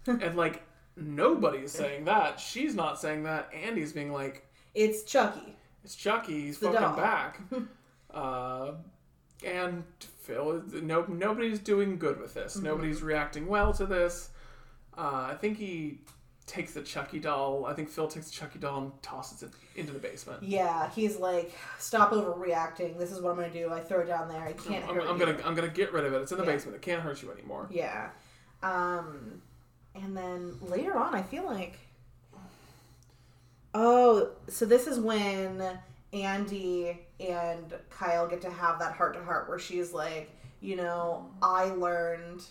S1: And like nobody is saying that. She's not saying that. Andy's being like,
S2: It's Chucky.
S1: "It's Chucky. He's
S2: the
S1: fucking
S2: doll."
S1: back." uh, and Phil, is- no, nobody's doing good with
S2: Mm-hmm.
S1: this. Nobody's reacting well to this. Uh, I think he takes the Chucky doll. I think Phil takes the Chucky doll and tosses it into the basement.
S2: Yeah, he's like, stop overreacting. This is what I'm gonna do. I throw it down there. I can't
S1: I'm,
S2: hurt
S1: I'm
S2: you."
S1: gonna, I'm gonna get rid of it. It's in the
S2: Yeah.
S1: basement. It can't hurt you anymore.
S2: Yeah. Um and then later on I feel like Oh, so this is when Andy and Kyle get to have that heart to heart where she's like, you know, I learned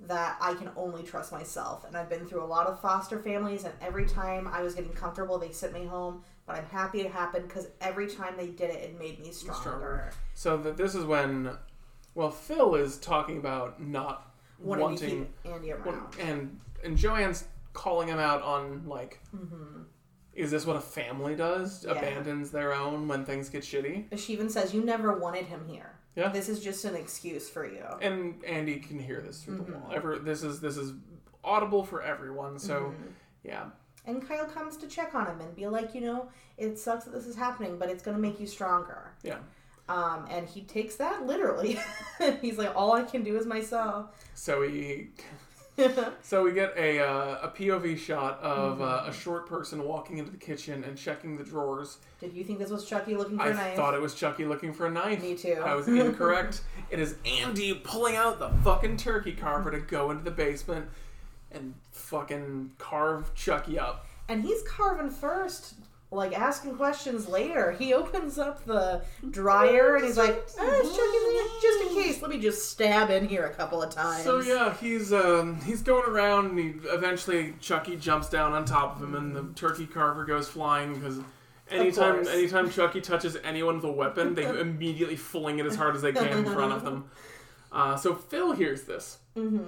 S2: that I can only trust myself and I've been through a lot of foster families and every time I was getting comfortable they sent me home, but I'm happy it happened cuz every time they did it it made me stronger.
S1: So that this is when, well, Phil is talking about not
S2: Wanting,
S1: wanting.
S2: to keep Andy around.
S1: and and Joanne's calling him out on like is this what a family does?
S2: Yeah.
S1: Abandons their own when things get shitty?
S2: She even says, You never wanted him here.
S1: Yeah.
S2: This is just an excuse for you.
S1: And Andy can hear this through the wall. Ever this is this is audible for everyone. So yeah,
S2: And Kyle comes to check on him and be like, You know, it sucks that this is happening, but it's going to make you stronger.
S1: yeah.
S2: Um, and he takes that literally. He's like, All I can do is myself.
S1: So we so we get a uh, a POV shot of uh, a short person walking into the kitchen and checking the drawers.
S2: Did you think this was Chucky looking for
S1: I
S2: a knife?
S1: thought it was Chucky looking for a knife.
S2: Me too.
S1: I was incorrect. it is Andy pulling out the fucking turkey carver to go into the basement and fucking carve Chucky up.
S2: And he's carving first, like asking questions later. He opens up the dryer and he's like, oh, it's Chucky in there, just in case. Let me just stab in here a couple of times.
S1: So yeah, he's um, he's going around, and he eventually Chucky jumps down on top of him, and the turkey carver goes flying because anytime
S2: Mm. course.
S1: anytime Chucky touches anyone with a weapon, they immediately fling it as hard as they can in front of them. Uh, so Phil hears this,
S2: Mm-hmm.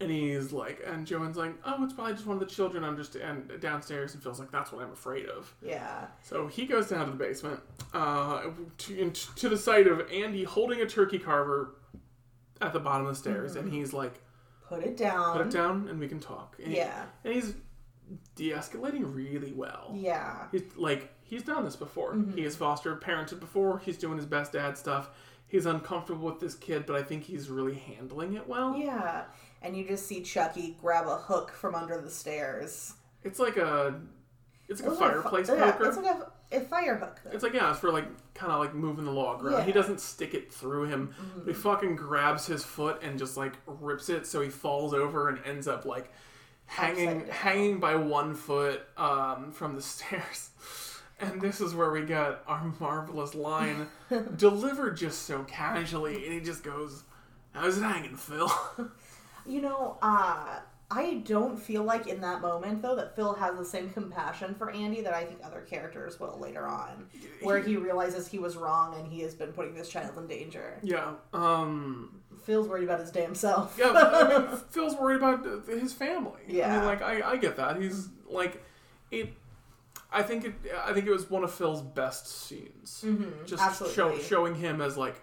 S1: and he's like, and Joanne's like, oh, it's probably just one of the children under and downstairs, and Phil's like, that's what I'm afraid of.
S2: Yeah.
S1: So he goes down to the basement, uh, to, in- to the sight of Andy holding a turkey carver at the bottom of the stairs,
S2: Mm-hmm.
S1: and he's like
S2: Put it down.
S1: put it down and we can talk. And he-
S2: Um, Yeah.
S1: and he's de-escalating really well.
S2: Yeah. Mm-hmm.
S1: He's like he's done this before. He has foster parented before. He's doing his best dad stuff. He's uncomfortable with this kid, but I think he's really handling it well.
S2: Yeah. And you just see Chucky grab a hook from under the stairs.
S1: It's like a it's like a
S2: It's like a fi-
S1: fireplace
S2: yeah,
S1: poker.
S2: It's like a, a fire hook. though.
S1: It's like yeah, it's for like kind of like moving the log around.
S2: Yeah. Mm-hmm.
S1: He doesn't stick it through him. But he fucking grabs his foot and just like rips it, so he falls over and ends up like hanging
S2: Upside down.
S1: hanging by one foot um, from the stairs. And this is where we got our marvelous line delivered just so casually, and he just goes, "How's it hanging, Phil?"
S2: You know, uh, I don't feel like in that moment though that Phil has the same compassion for Andy that I think other characters will later on, where he realizes he was wrong and he has been putting this child in danger.
S1: yeah. Um,
S2: Phil's worried about his damn self.
S1: Yeah, but, I mean, Phil's worried about th- his family. I
S2: Yeah.
S1: mean, like I, I get that. He's like, it. I think it. I think it was one of Phil's best scenes. Mm-hmm, Just show,
S2: absolutely.
S1: showing him as like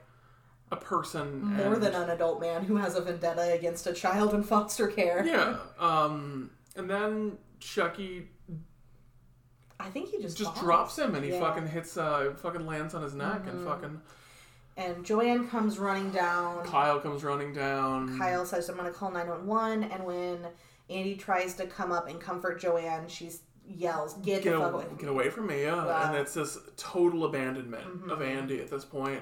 S1: a person.
S2: More
S1: and-
S2: than an adult man who has a vendetta against a child in foster care.
S1: yeah. Um, and then Chucky
S2: I think he just
S1: just
S2: falls.
S1: drops him, and he
S2: Yeah. Mm-hmm.
S1: fucking hits. Uh, fucking lands on his neck, and fucking
S2: And Joanne comes running down.
S1: Kyle comes running down.
S2: Kyle says, I'm going to call 911. And when Andy tries to come up and comfort Joanne, she yells, Get,
S1: Get,
S2: the
S1: a,
S2: fuck away from me,"
S1: get away from me, yeah.
S2: Wow. Mm-hmm.
S1: And it's this total abandonment of Andy at this point.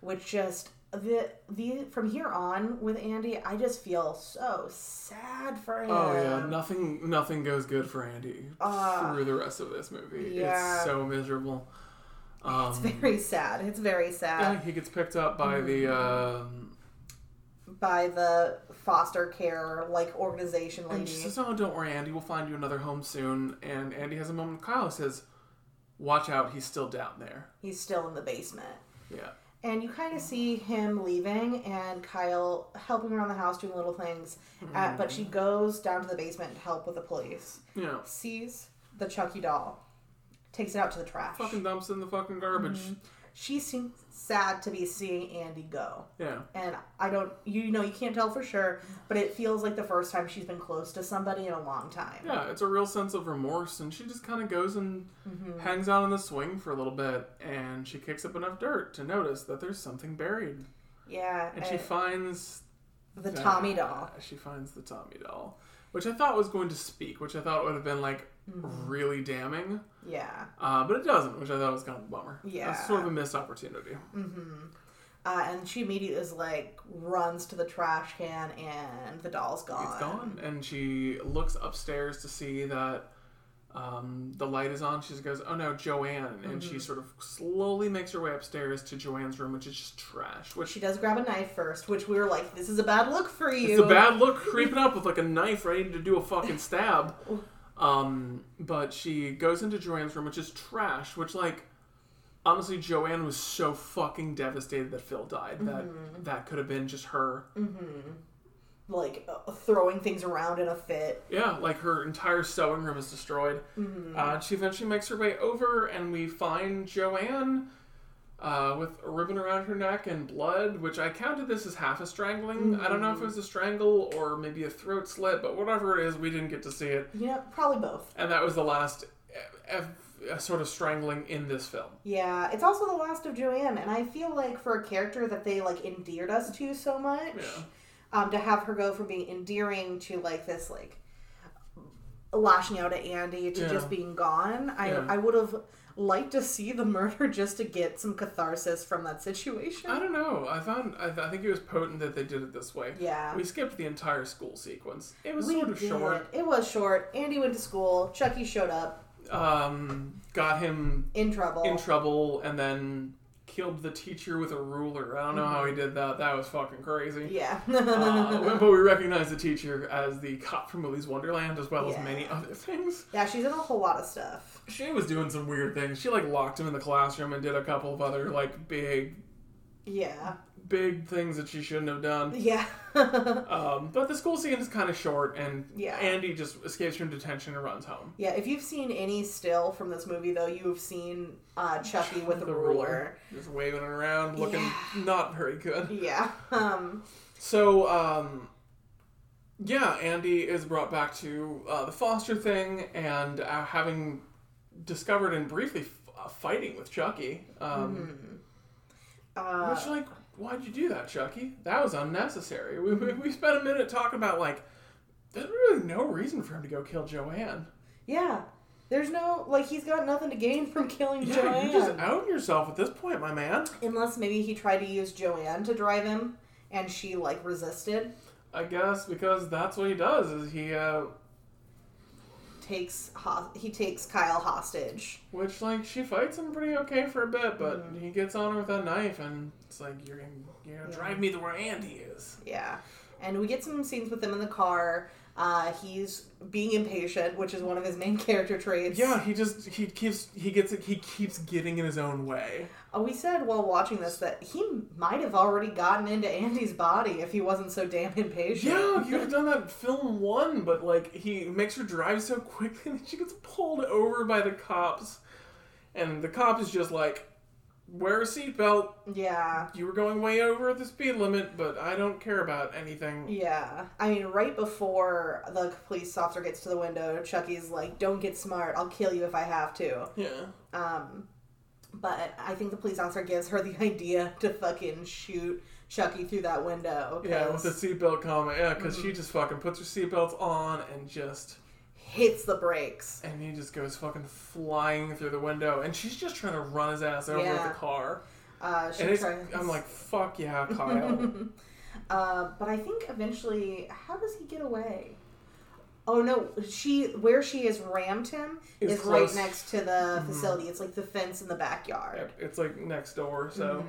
S2: Which just, the, the from here on with Andy, I just feel so sad for him.
S1: Oh yeah, nothing nothing goes good for Andy through the rest of this movie.
S2: Ah. yeah.
S1: It's so miserable.
S2: It's
S1: Um,
S2: very sad. It's very sad
S1: yeah, he gets picked up by the
S2: Mm-hmm.
S1: um,
S2: by the foster care like organization
S1: and
S2: lady.
S1: she says, "Oh, don't worry, Andy. We'll find you another home soon." And Andy has a moment. with Kyle who says, "Watch out, he's still down there."
S2: He's still in the basement.
S1: Yeah,
S2: And you kind of see him leaving and Kyle helping around the house doing little things. Uh, but she
S1: Mm-hmm.
S2: goes down to the basement to help with the police.
S1: you know,
S2: Sees the Chucky doll, takes it out to the trash.
S1: fucking dumps in the fucking garbage.
S2: Mm-hmm. She seems sad to be seeing Andy go.
S1: Yeah,
S2: And I don't, you know, you can't tell for sure, but it feels like the first time she's been close to somebody in a long time.
S1: yeah. It's a real sense of remorse, and she just kind of goes and
S2: Mm-hmm.
S1: hangs out on the swing for a little bit, and she kicks up enough dirt to notice that there's something buried,
S2: Yeah,
S1: and she
S2: and
S1: finds
S2: the
S1: that-
S2: Tommy doll.
S1: She finds the Tommy doll, which I thought was going to speak, which I thought would have been like
S2: Mm-hmm.
S1: really damning,
S2: Yeah.
S1: uh, but it doesn't, which I thought was kind of a bummer.
S2: Yeah.
S1: That's sort of a missed opportunity.
S2: Uh, and she immediately is like, runs to the trash can and the doll's gone.
S1: It's gone, and she looks upstairs to see that um, the light is on. She goes, "Oh no, Joanne!" And
S2: Mm-hmm.
S1: she sort of slowly makes her way upstairs to Joanne's room, which is just trash. Which
S2: She does grab a knife first, which we were like, this is a bad look for you.
S1: It's a bad look creeping up with like a knife ready to do a fucking stab. Um, but she goes into Joanne's room, which is trash, which like honestly Joanne was so fucking devastated that Phil died that that could have been just her.
S2: like uh, throwing things around in a fit.
S1: Yeah, like her entire sewing room is destroyed. Uh, she eventually makes her way over, and we find Joanne uh, with a ribbon around her neck and blood, which I counted this as half a strangling. I don't know if it was a strangle or maybe a throat slit, but whatever it is, we didn't get to see it.
S2: You know, probably both.
S1: And that was the last e- e- uh, sort of strangling in this film.
S2: Yeah, it's also the last of Joanne, and I feel like for a character that they like endeared us to so much,
S1: Yeah.
S2: um, to have her go from being endearing to like this like lashing out at Andy to
S1: Yeah.
S2: just being gone, I
S1: Yeah.
S2: I would have liked to see the murder just to get some catharsis from that situation.
S1: I don't know. I found I, I think it was potent that they did it this way.
S2: Yeah.
S1: We skipped the entire school sequence. It was
S2: We
S1: sort of
S2: did.
S1: short.
S2: It was short. Andy went to school. Chucky showed up
S1: Um, got him
S2: in trouble.
S1: in trouble and then killed the teacher with a ruler. I don't know how he did that. That was fucking crazy.
S2: Mm-hmm. yeah.
S1: Uh, but we recognize the teacher as the cop from Willy's Wonderland, as well
S2: Yeah.
S1: as many other things.
S2: yeah, she's in a whole lot of stuff.
S1: She was doing some weird things. She like locked him in the classroom and did a couple of other like big,
S2: Yeah.
S1: big things that she shouldn't have done.
S2: Yeah.
S1: Um, but the school scene is kind of short, and
S2: Yeah.
S1: Andy just escapes from detention and runs home.
S2: yeah, if you've seen any still from this movie, though, you've seen uh, Chucky with a
S1: The
S2: ruler.
S1: ruler, just waving it around, looking
S2: Yeah.
S1: not very good.
S2: Yeah. Um,
S1: So, um, yeah, Andy is brought back to uh, the foster thing, and uh, having discovered and briefly f- uh, fighting with Chucky, um,
S2: uh,
S1: which like, why'd you do that, Chucky? That was unnecessary. We,
S2: Mm-hmm.
S1: we, we spent a minute talking about like, there's really no reason for him to go kill Joanne.
S2: yeah. There's no, like, he's got nothing to gain from killing
S1: Yeah,
S2: Joanne.
S1: you're just outing yourself at this point, my man.
S2: Unless maybe he tried to use Joanne to drive him and she, like, resisted.
S1: I guess because that's what he does. Is he, uh,
S2: Takes ho- he takes Kyle hostage.
S1: Which, like, she fights him pretty okay for a bit, but he gets on her with that knife, and it's like, you're gonna, you're gonna drive me to where Andy is.
S2: Yeah. And we get some scenes with him in the car. Uh, he's being impatient, which is one of his main character traits.
S1: Yeah, he just he keeps he gets he keeps getting in his own way.
S2: Uh, we said while watching this that he might have already gotten into Andy's body if he wasn't so damn impatient.
S1: Yeah, you would have done that film one, but like he makes her drive so quickly that she gets pulled over by the cops, and the cop is just like, "Wear a seatbelt.
S2: Yeah.
S1: You were going way over the speed limit, but I don't care about anything."
S2: Yeah. I mean, right before the police officer gets to the window, Chucky's like, don't get smart. I'll kill you if I have to.
S1: Yeah.
S2: Um, but I think the police officer gives her the idea to fucking shoot Chucky through that window.
S1: Yeah, with
S2: 'cause-
S1: the seatbelt comment. Yeah, because she just fucking puts her seatbelts on and just.
S2: hits the brakes.
S1: And he just goes fucking flying through the window. And she's just trying to run his ass over with
S2: Yeah.
S1: the car.
S2: Uh, she
S1: And it's,
S2: tries.
S1: I'm like, fuck yeah, Kyle.
S2: uh, but I think eventually, how does he get away? Oh no, she where she has rammed him
S1: It was
S2: is
S1: close. Mm-hmm.
S2: right next to the facility. It's like the fence in the backyard.
S1: it's like next door, so.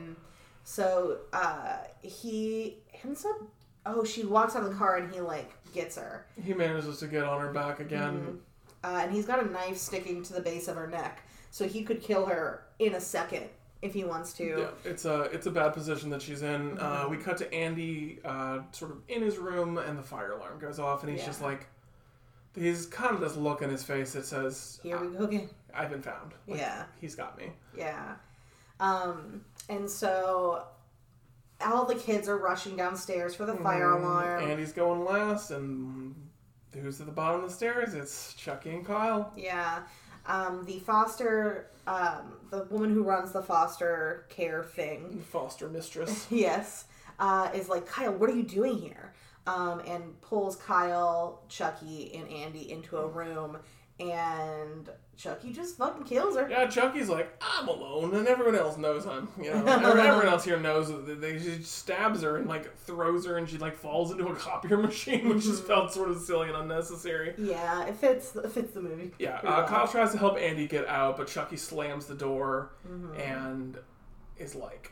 S2: So uh, he ends up. Oh, she walks out of the car and he like gets her,
S1: He manages to get on her back again.
S2: uh, and he's got a knife sticking to the base of her neck, so he could kill her in a second if he wants to.
S1: Yeah, it's a it's a bad position that she's in.
S2: Mm-hmm.
S1: Uh, we cut to Andy, uh, sort of in his room, and the fire alarm goes off, and he's
S2: Yeah.
S1: just like, he's kind of this look in his face that says,
S2: Here we go again.
S1: "I've been found. Like,
S2: Yeah.
S1: he's got me."
S2: Yeah. Um, and so all the kids are rushing downstairs for the
S1: Mm-hmm.
S2: fire alarm.
S1: Andy's going last, and who's at the bottom of the stairs? It's Chucky and Kyle.
S2: Yeah. Um, the foster, um, the woman who runs the foster care thing,
S1: Foster mistress.
S2: yes, uh, is like, Kyle, what are you doing here? Um, and pulls Kyle, Chucky, and Andy into a room, and Chucky just fucking kills her.
S1: Yeah, Chucky's like, I'm alone, and everyone else knows I'm, you know, every- everyone else here knows that they, she stabs her and, like, throws her, and she, like, falls into a copier machine, which just felt sort of silly and unnecessary.
S2: Yeah, it fits, it fits the movie.
S1: Yeah,
S2: pretty well.
S1: uh, Kyle tries to help Andy get out, but Chucky slams the door and is like,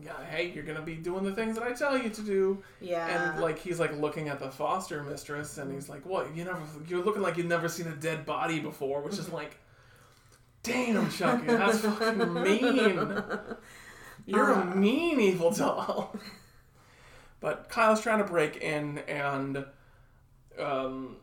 S1: yeah, hey, you're gonna be doing the things that I tell you to do.
S2: Yeah.
S1: And like he's like looking at the foster mistress, and he's like, "What? You never? You're looking like you've never seen a dead body before," which is like, "Damn, Chucky, that's fucking mean. You're a mean evil doll." But Kyle's trying to break in, and um,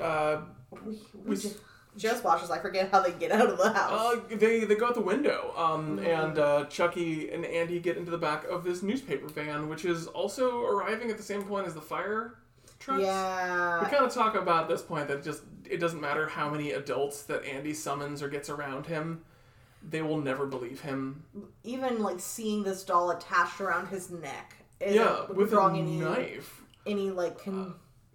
S1: uh,
S2: We, we
S1: We-
S2: just, just watches. I forget how they get out of the house.
S1: uh, they they go out the window, um, and uh, Chucky and Andy get into the back of this newspaper van, which is also arriving at the same point as the fire trucks. We
S2: yeah.
S1: kind of talk about at this point that just it doesn't matter how many adults that Andy summons or gets around him, they will never believe him.
S2: Even like seeing this doll attached around his neck. Is
S1: yeah, with a
S2: drawing any,
S1: knife. Uh.
S2: any like can.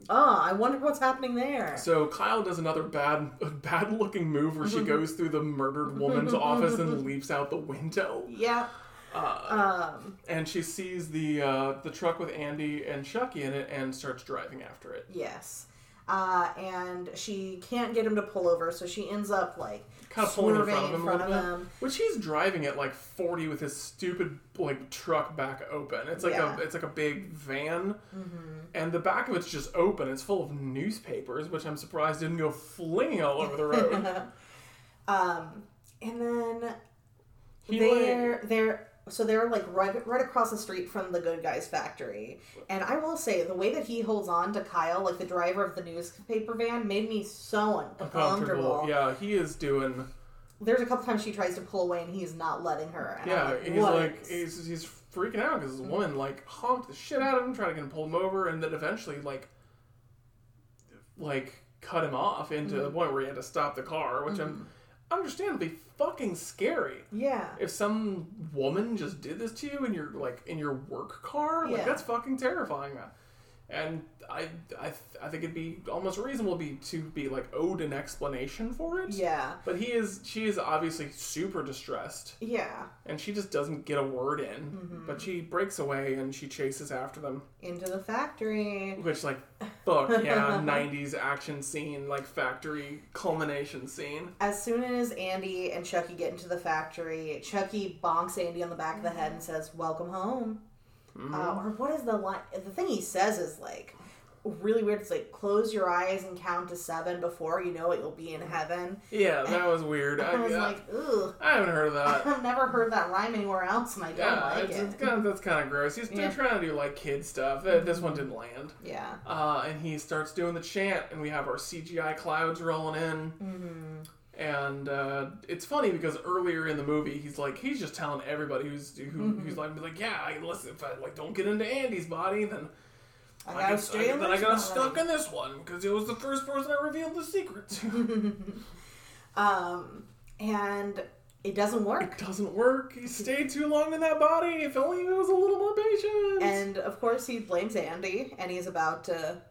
S2: Ah, I wonder what's happening there.
S1: So Kyle does another bad bad looking move where she goes through the murdered woman's office and leaps out the window. Uh,
S2: yeah. um.
S1: And she sees the uh, the truck with Andy and Chucky in it and starts driving after it.
S2: Yes. Uh, and she can't get him to pull over, so she ends up like
S1: Kind of pulling in
S2: swerving
S1: front of him a little bit.
S2: him.
S1: Which he's driving at like forty with his stupid like truck back open. It's like
S2: Yeah.
S1: a it's like a big van. And the back of it's just open. It's full of newspapers, which I'm surprised didn't go flinging all over the road.
S2: Um, and then
S1: He,
S2: they're they're so they're like right right across the street from the good guys factory. And I will say the way that he holds on to Kyle, like the driver of the newspaper van, made me so uncomfortable.
S1: Comfortable. Yeah, he is doing.
S2: There's a couple times she tries to pull away and he's not letting her. And I'm
S1: Yeah,
S2: like,
S1: he's
S2: "What
S1: like eh.
S2: is-"
S1: he's, he's freaking out because this woman like honked the shit out of him, trying to get him pulled him over, and then eventually like like cut him off into
S2: Mm-hmm.
S1: the point where he had to stop the car, which I'm understandably fucking scary.
S2: yeah.
S1: If some woman just did this to you in your like in your work car, like
S2: Yeah.
S1: that's fucking terrifying. And I, I, I think it'd be almost reasonable be to be like owed an explanation for it.
S2: Yeah.
S1: But he is, she is obviously super distressed
S2: Yeah.
S1: and she just doesn't get a word in.
S2: Mm-hmm.
S1: But she breaks away and she chases after them,
S2: Into the factory.
S1: which like, fuck yeah, '90s action scene, like factory culmination scene.
S2: As soon as Andy and Chucky get into the factory, Chucky bonks Andy on the back of the head and
S1: Mm-hmm.
S2: says, "Welcome home." Uh, or what is the line? The thing he says is like really weird. It's like close your eyes and count to seven before you know it. You'll be in heaven.
S1: Mm-hmm. Yeah, that was weird. I,
S2: I was
S1: I-
S2: like, ugh.
S1: I haven't heard of that.
S2: I've never heard that rhyme anywhere else, and I don't
S1: Yeah,
S2: like
S1: it's,
S2: it.
S1: it's kind of, that's kind of gross. He's
S2: Yeah. Mm-hmm.
S1: they're trying to do like kid stuff. Uh, This one didn't land.
S2: Yeah,
S1: Uh, and he starts doing the chant, and we have our CGI clouds rolling in.
S2: Mm-hmm.
S1: And uh, it's funny because earlier in the movie, he's like, he's just telling everybody who's who,
S2: Mm-hmm.
S1: who's like, be like, yeah, I, listen, if I like don't get into Andy's body, then
S2: I
S1: I,
S2: gotta
S1: get,
S2: stay
S1: I,
S2: in
S1: then I
S2: this
S1: got
S2: one.
S1: stuck in this one because it was the first person I revealed the secret to.
S2: Um, and it doesn't work.
S1: Doesn't work. He stayed too long in that body. If only he was a little more patient.
S2: And of course, he blames Andy, and he's about to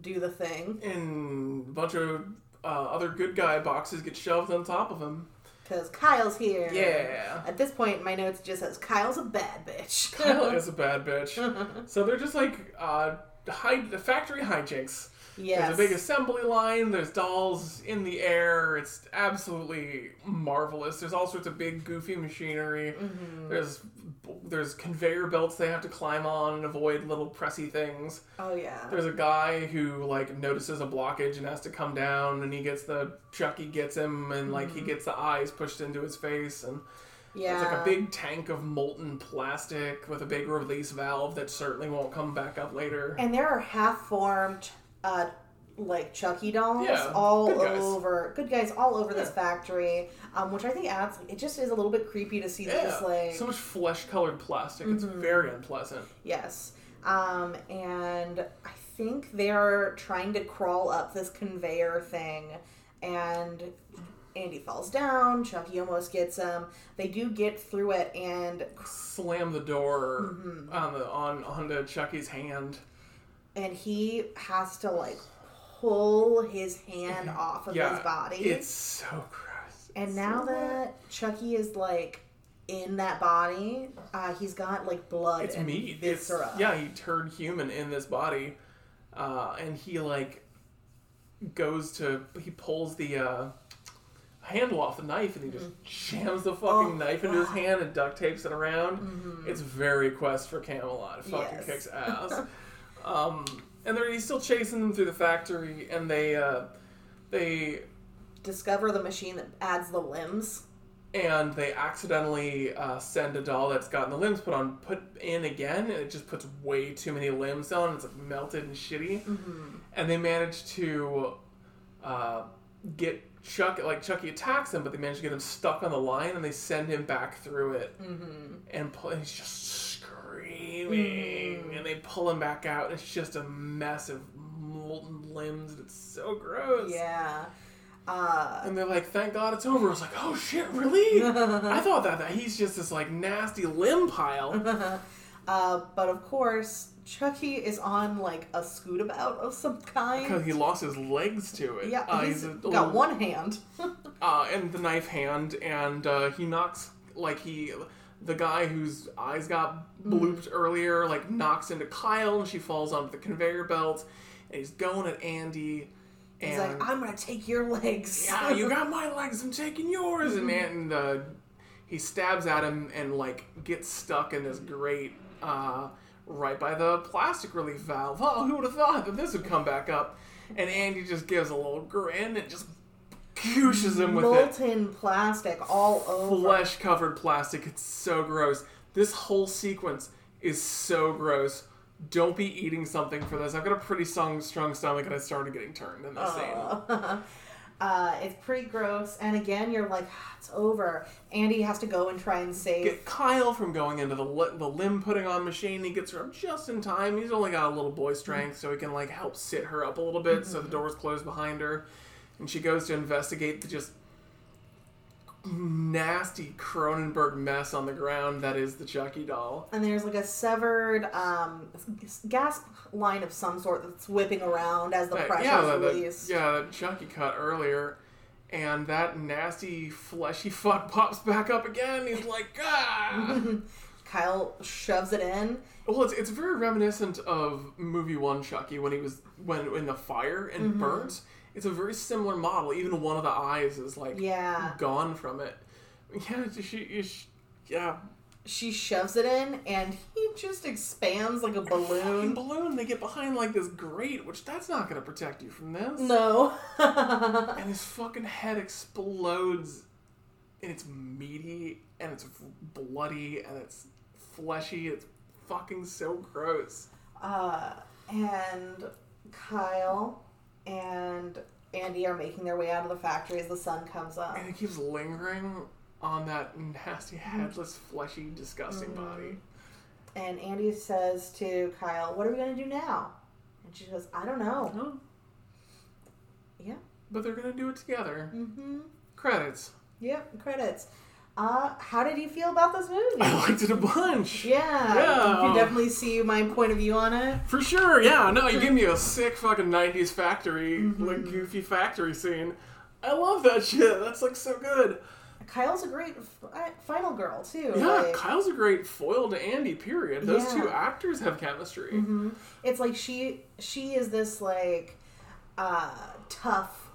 S2: do the thing
S1: and a bunch of uh, other good guy boxes get shoved on top of him.
S2: because Kyle's here.
S1: Yeah.
S2: At this point, my notes just says Kyle's a bad bitch.
S1: Kyle is a bad bitch. So they're just like uh, hi- the factory hijinks.
S2: yes.
S1: There's a big assembly line. There's dolls in the air. It's absolutely marvelous. There's all sorts of big goofy machinery. There's there's conveyor belts they have to climb on and avoid little pressy things.
S2: oh yeah.
S1: There's a guy who like notices a blockage and has to come down, and he gets the Chucky gets him, and like he gets the eyes pushed into his face, and
S2: Yeah.
S1: it's like a big tank of molten plastic with a big release valve that certainly won't come back up later.
S2: And there are half-formed, uh, like Chucky dolls
S1: Yeah,
S2: all
S1: good guys.
S2: over. Good guys all over this
S1: Yeah.
S2: factory, um, which I think adds. It just is a little bit creepy to see
S1: yeah,
S2: this like. Mm-hmm.
S1: so much flesh-colored plastic. It's very unpleasant.
S2: Yes. Um, and I think they're trying to crawl up this conveyor thing, and Andy falls down. Chucky almost gets him. They do get through it, and
S1: Slam the door
S2: Mm-hmm.
S1: on the on onto Chucky's hand.
S2: and he has to like pull his hand off of
S1: Mm-hmm. yeah,
S2: his body.
S1: it's so gross.
S2: and now that Chucky is like in that body, uh, he's got like blood
S1: it's
S2: and
S1: meat. It's,
S2: viscera.
S1: yeah, he turned human in this body, uh, and he like goes to he pulls the uh, handle off the knife and he just jams the fucking
S2: Oh, Mm-hmm.
S1: knife into his hand and duct tapes it around. It's very quest for Camelot. It fucking
S2: Yes.
S1: kicks ass. um, and they're, he's still chasing them through the factory, and they uh, they
S2: Discover the machine that adds the limbs.
S1: and they accidentally uh, send a doll that's gotten the limbs put on put in again and it just puts way too many limbs on it's like melted and shitty and they manage to uh, get chuck like chucky attacks him but they manage to get him stuck on the line and they send him back through it and pull, and he's just screaming and they pull him back out and it's just a mess of molten limbs and it's so gross
S2: Yeah. Uh,
S1: and they're like, "Thank God it's over." I was like, "Oh shit, really?" I thought that, that he's just this like nasty limb pile.
S2: uh, but of course, Chucky is on like a scootabout of some kind.
S1: Because he lost his legs to it.
S2: Yeah,
S1: uh,
S2: he's
S1: a
S2: got one hand.
S1: uh, and the knife hand, and uh, he knocks like he, the guy whose eyes got
S2: Mm.
S1: blooped earlier, like knocks into Kyle, and she falls onto the conveyor belt, and he's going at Andy. And
S2: He's like, I'm gonna take your legs.
S1: yeah, "Oh, you got my legs. I'm taking yours. And and uh, he stabs at him and like gets stuck in this grate uh, right by the plastic relief valve. Oh, who would have thought that this would come back up? And Andy just gives a little grin and just gooshes him with it.
S2: molten plastic all over.
S1: Flesh covered plastic. It's so gross. This whole sequence is so gross. Don't be eating something for this. I've got a pretty strong, strong stomach, and I started getting turned in this scene.
S2: Uh, it's pretty gross. And again, you're like, "Ah, it's over. Andy has to go and try and save.
S1: get Kyle from going into the li- the limb putting on machine. He gets her up just in time. He's only got a little boy strength, so he can like help sit her up a little bit. So the door's closed behind her, and she goes to investigate the just nasty Cronenberg mess on the ground that is the Chucky doll.
S2: and there's like a severed um, gas line of some sort that's whipping around as the
S1: That-
S2: pressure's
S1: yeah, that, that-
S2: released.
S1: yeah, that Chucky cut earlier. And that nasty fleshy fuck pops back up again. He's like, ah!
S2: Kyle shoves it in.
S1: Well, it's, it's very reminiscent of movie one Chucky when he was when in the fire and
S2: Mm-hmm.
S1: burnt. It's a very similar model. Even one of the eyes is like
S2: Yeah.
S1: gone from it. Yeah, she, she, she yeah
S2: She shoves it in, and he just expands like a
S1: balloon.
S2: balloon.
S1: balloon. They get behind like this grate, which that's not gonna protect you from this.
S2: No.
S1: And his fucking head explodes, and it's meaty and it's bloody and it's fleshy. It's fucking so gross.
S2: uh, and Kyle and Andy are making their way out of the factory as the sun comes up.
S1: And it keeps lingering on that nasty, headless, fleshy, disgusting
S2: Mm-hmm.
S1: body.
S2: And Andy says to Kyle, What are we going to do now? And she goes, I don't know.
S1: Oh,
S2: Yeah.
S1: but they're gonna do it together.
S2: Mm-hmm.
S1: Credits.
S2: Yep. Credits. Uh, how did you feel about this movie?
S1: I liked it a bunch.
S2: Yeah.
S1: Yeah.
S2: You can definitely see my point of view on it.
S1: For sure, yeah. No, you gave me a sick fucking 90s factory,
S2: Mm-hmm.
S1: like goofy factory scene. I love that shit. That's like so good.
S2: Kyle's a great fi- final girl, too.
S1: Yeah,
S2: Like,
S1: Kyle's a great foil to Andy, period. Those
S2: Yeah. Mm-hmm.
S1: two actors have chemistry.
S2: it's like she she is this like uh, tough,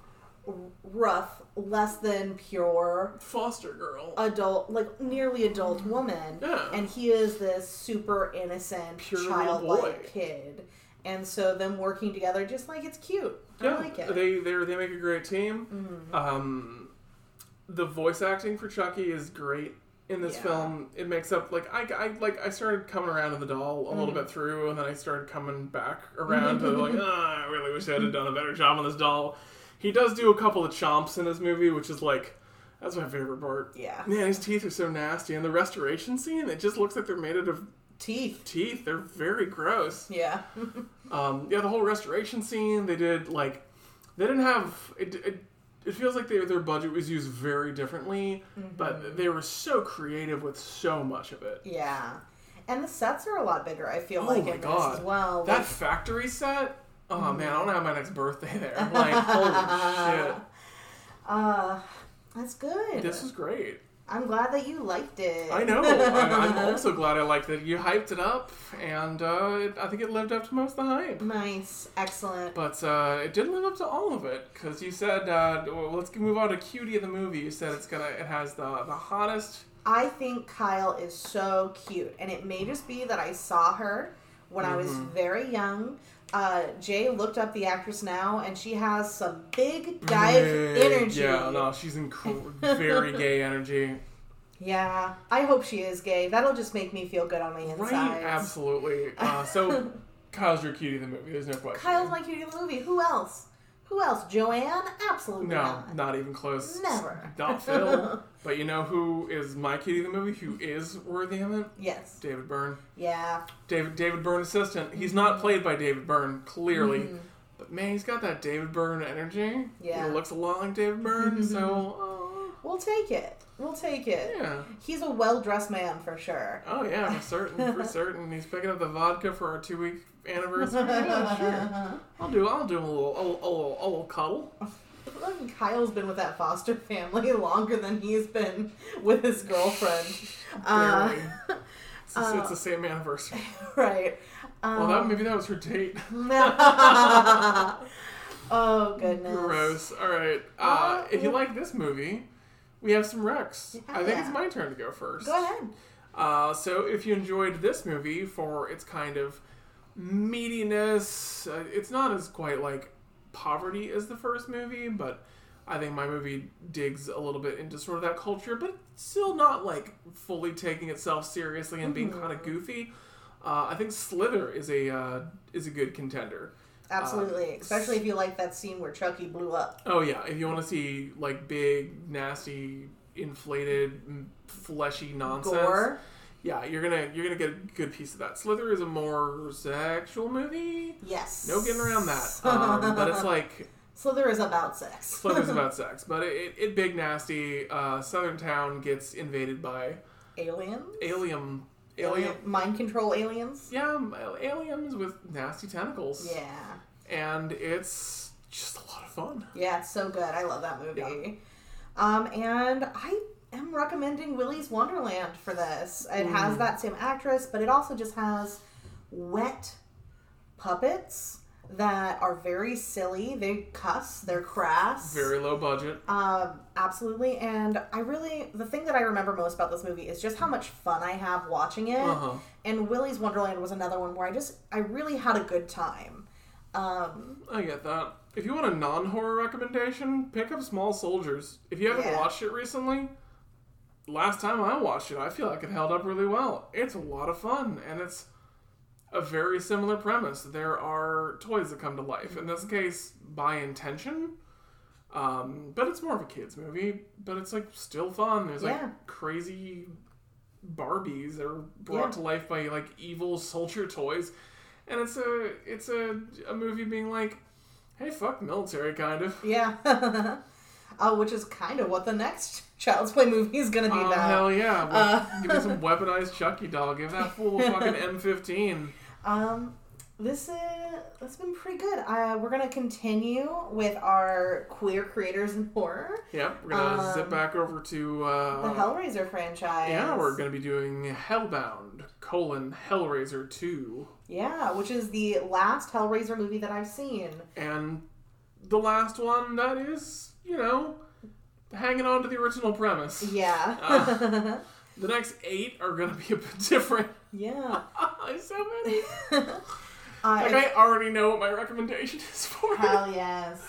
S2: r- rough, less than pure
S1: Foster girl.
S2: adult, like nearly adult woman,
S1: Mm-hmm. Yeah.
S2: and he is this super innocent,
S1: Pure little boy.
S2: childlike kid. And so them working together, just like it's cute. I like it. Mm-hmm.
S1: They they they make a great team. Um, the voice acting for Chucky is great in this
S2: Yeah.
S1: film. It makes up like I, I like I started coming around to the doll a
S2: Mm-hmm.
S1: little bit through, and then I started coming back around to like ah, I really wish I had done a better job on this doll. He does do a couple of chomps in this movie, which is like that's my favorite part.
S2: yeah,
S1: Man, his teeth are so nasty, and the restoration scene it just looks like they're made out of
S2: teeth.
S1: teeth. They're very gross.
S2: Yeah,
S1: Um, yeah, the whole restoration scene they did like they didn't have it. it it feels like their their budget was used very differently, but they were so creative with so much of it.
S2: yeah. And the sets are a lot bigger. I feel
S1: Oh
S2: like
S1: my
S2: in
S1: God.
S2: this as well.
S1: That factory set, oh man, I want to have my next birthday there. Like, holy shit,
S2: Like, uh, that's good.
S1: this is great.
S2: I'm glad that you liked it.
S1: I know. I, I'm also glad I liked it. You hyped it up, and uh, it, I think it lived up to most of the hype.
S2: nice, excellent.
S1: But uh, it didn't live up to all of it because you said uh, well, let's move on to cutie of the movie. You said it's gonna it has the the hottest.
S2: I think Kyle is so cute, and it may just be that I saw her when I was
S1: Mm-hmm.
S2: very young. Uh, Jay looked up the actress now, and she has some big guy
S1: Big-
S2: energy.
S1: Yeah, no, she's in very gay energy.
S2: Yeah, I hope she is gay. That'll just make me feel good on the
S1: Right?
S2: inside.
S1: Absolutely. Uh, so Kyle's your cutie in the movie. There's no question.
S2: Kyle's my cutie in the movie. Who else? Who else? Joanne? Absolutely
S1: no,
S2: not.
S1: not even close.
S2: Never.
S1: Not Phil. but you know who is my cutie in the movie? Who is worthy of it?
S2: Yes.
S1: David Byrne.
S2: Yeah.
S1: David David Byrne assistant. He's
S2: Mm-hmm.
S1: not played by David Byrne clearly, but man, he's got that David Byrne energy.
S2: Yeah. Mm-hmm.
S1: he looks a lot like David Byrne. So
S2: We'll take it. We'll take
S1: uh,
S2: it.
S1: yeah,
S2: He's a well dressed man for sure.
S1: oh yeah, for certain, for certain. He's picking up the vodka for our two week anniversary. Yeah, sure. I'll do. I'll do a little, a, little- a little, a little cuddle.
S2: Fucking Kyle's been with that foster family longer than he's been with his girlfriend. Uh,
S1: Barely. It's, the- it's the same anniversary.
S2: right.
S1: Well,
S2: um,
S1: that maybe that was her date.
S2: oh goodness.
S1: Gross. All right. Uh,
S2: Well,
S1: if you
S2: yeah.
S1: like this movie, we have some recs. I think
S2: yeah.
S1: it's my turn to go first.
S2: Go ahead.
S1: Uh, so if you enjoyed this movie for its kind of meatiness, uh, it's not as quite like poverty as the first movie, but I think my movie digs a little bit into sort of that culture, but still not like fully taking itself seriously and being kind of goofy. Uh, I think Slither is a uh, is a good contender.
S2: Absolutely.
S1: Uh,
S2: Especially if you like that scene where Chucky blew up.
S1: Oh yeah, if you want to see like big, nasty, inflated, m- fleshy nonsense,
S2: Gore.
S1: yeah, you're gonna you're gonna get a good piece of that. Slither is a more sexual movie.
S2: Yes.
S1: No getting around that. Um, but it's like
S2: Slither is about sex.
S1: Slither's about sex, but it, it, it big nasty. Uh, Southern town gets invaded by
S2: Aliens?
S1: alien alien.
S2: Mind control aliens?
S1: Yeah, um, aliens with nasty tentacles,
S2: Yeah.
S1: and it's just a lot of fun.
S2: Yeah, it's so good. I love that movie. Um, and I am recommending Willy's Wonderland for this. It has that same actress, but it also just has wet puppets that are very silly. They cuss, they're crass.
S1: Very low budget.
S2: Um, absolutely. And I really, the thing that I remember most about this movie is just how much fun I have watching it.
S1: Uh-huh.
S2: And Willy's Wonderland was another one where I just, I really had a good time. Um,
S1: I get that. If you want a non horror recommendation, pick up Small Soldiers. If you haven't
S2: Yeah.
S1: watched it recently, last time I watched it, I feel like it held up really well. It's a lot of fun, and it's a very similar premise. There are toys that come to life, in this case, by intention. Um, but it's more of a kids' movie, but it's like still fun. There's like
S2: Yeah.
S1: crazy Barbies that are brought
S2: Yeah.
S1: to life by like evil soldier toys, and it's a it's a, a movie being like, hey, fuck military, kind of.
S2: yeah. uh, which is kind of what the next Child's Play movie is going to be
S1: Oh
S2: about.
S1: hell yeah! Well,
S2: Uh.
S1: give me some weaponized Chucky doll. Give that fool a fucking M15.
S2: Um, this is that's been pretty good. Uh, we're gonna continue with our queer creators in horror,
S1: Yep, we're gonna
S2: Um,
S1: zip back over to
S2: the
S1: uh,
S2: Hellraiser franchise.
S1: yeah, we're gonna be doing Hellbound colon Hellraiser two
S2: yeah, which is the last Hellraiser movie that I've seen.
S1: and the last one that is you know hanging on to the original premise.
S2: Yeah,
S1: Ah. The next eight are gonna be a bit different.
S2: yeah.
S1: so many.
S2: Uh,
S1: Like I already know what my recommendation is for. it.
S2: hell yes.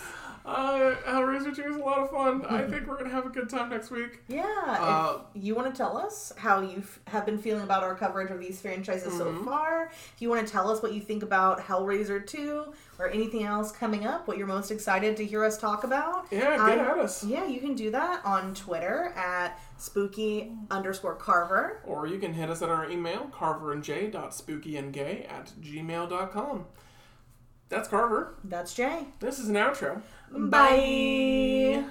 S1: Uh, Hellraiser 2 is a lot of fun. I think we're going to have a good time next week.
S2: Yeah,
S1: Uh,
S2: if you want to tell us how you f- have been feeling about our coverage of these franchises
S1: Mm-hmm.
S2: so far, if you want to tell us what you think about Hellraiser 2 or anything else coming up, what you're most excited to hear us talk about,
S1: Yeah,
S2: I-
S1: get at us.
S2: Yeah, you can do that on Twitter at spooky underscore carver.
S1: Or you can hit us at our email, carverandj.spookyandgay at gmail.com. That's Carver.
S2: That's Jay.
S1: This is an outro.
S2: Bye.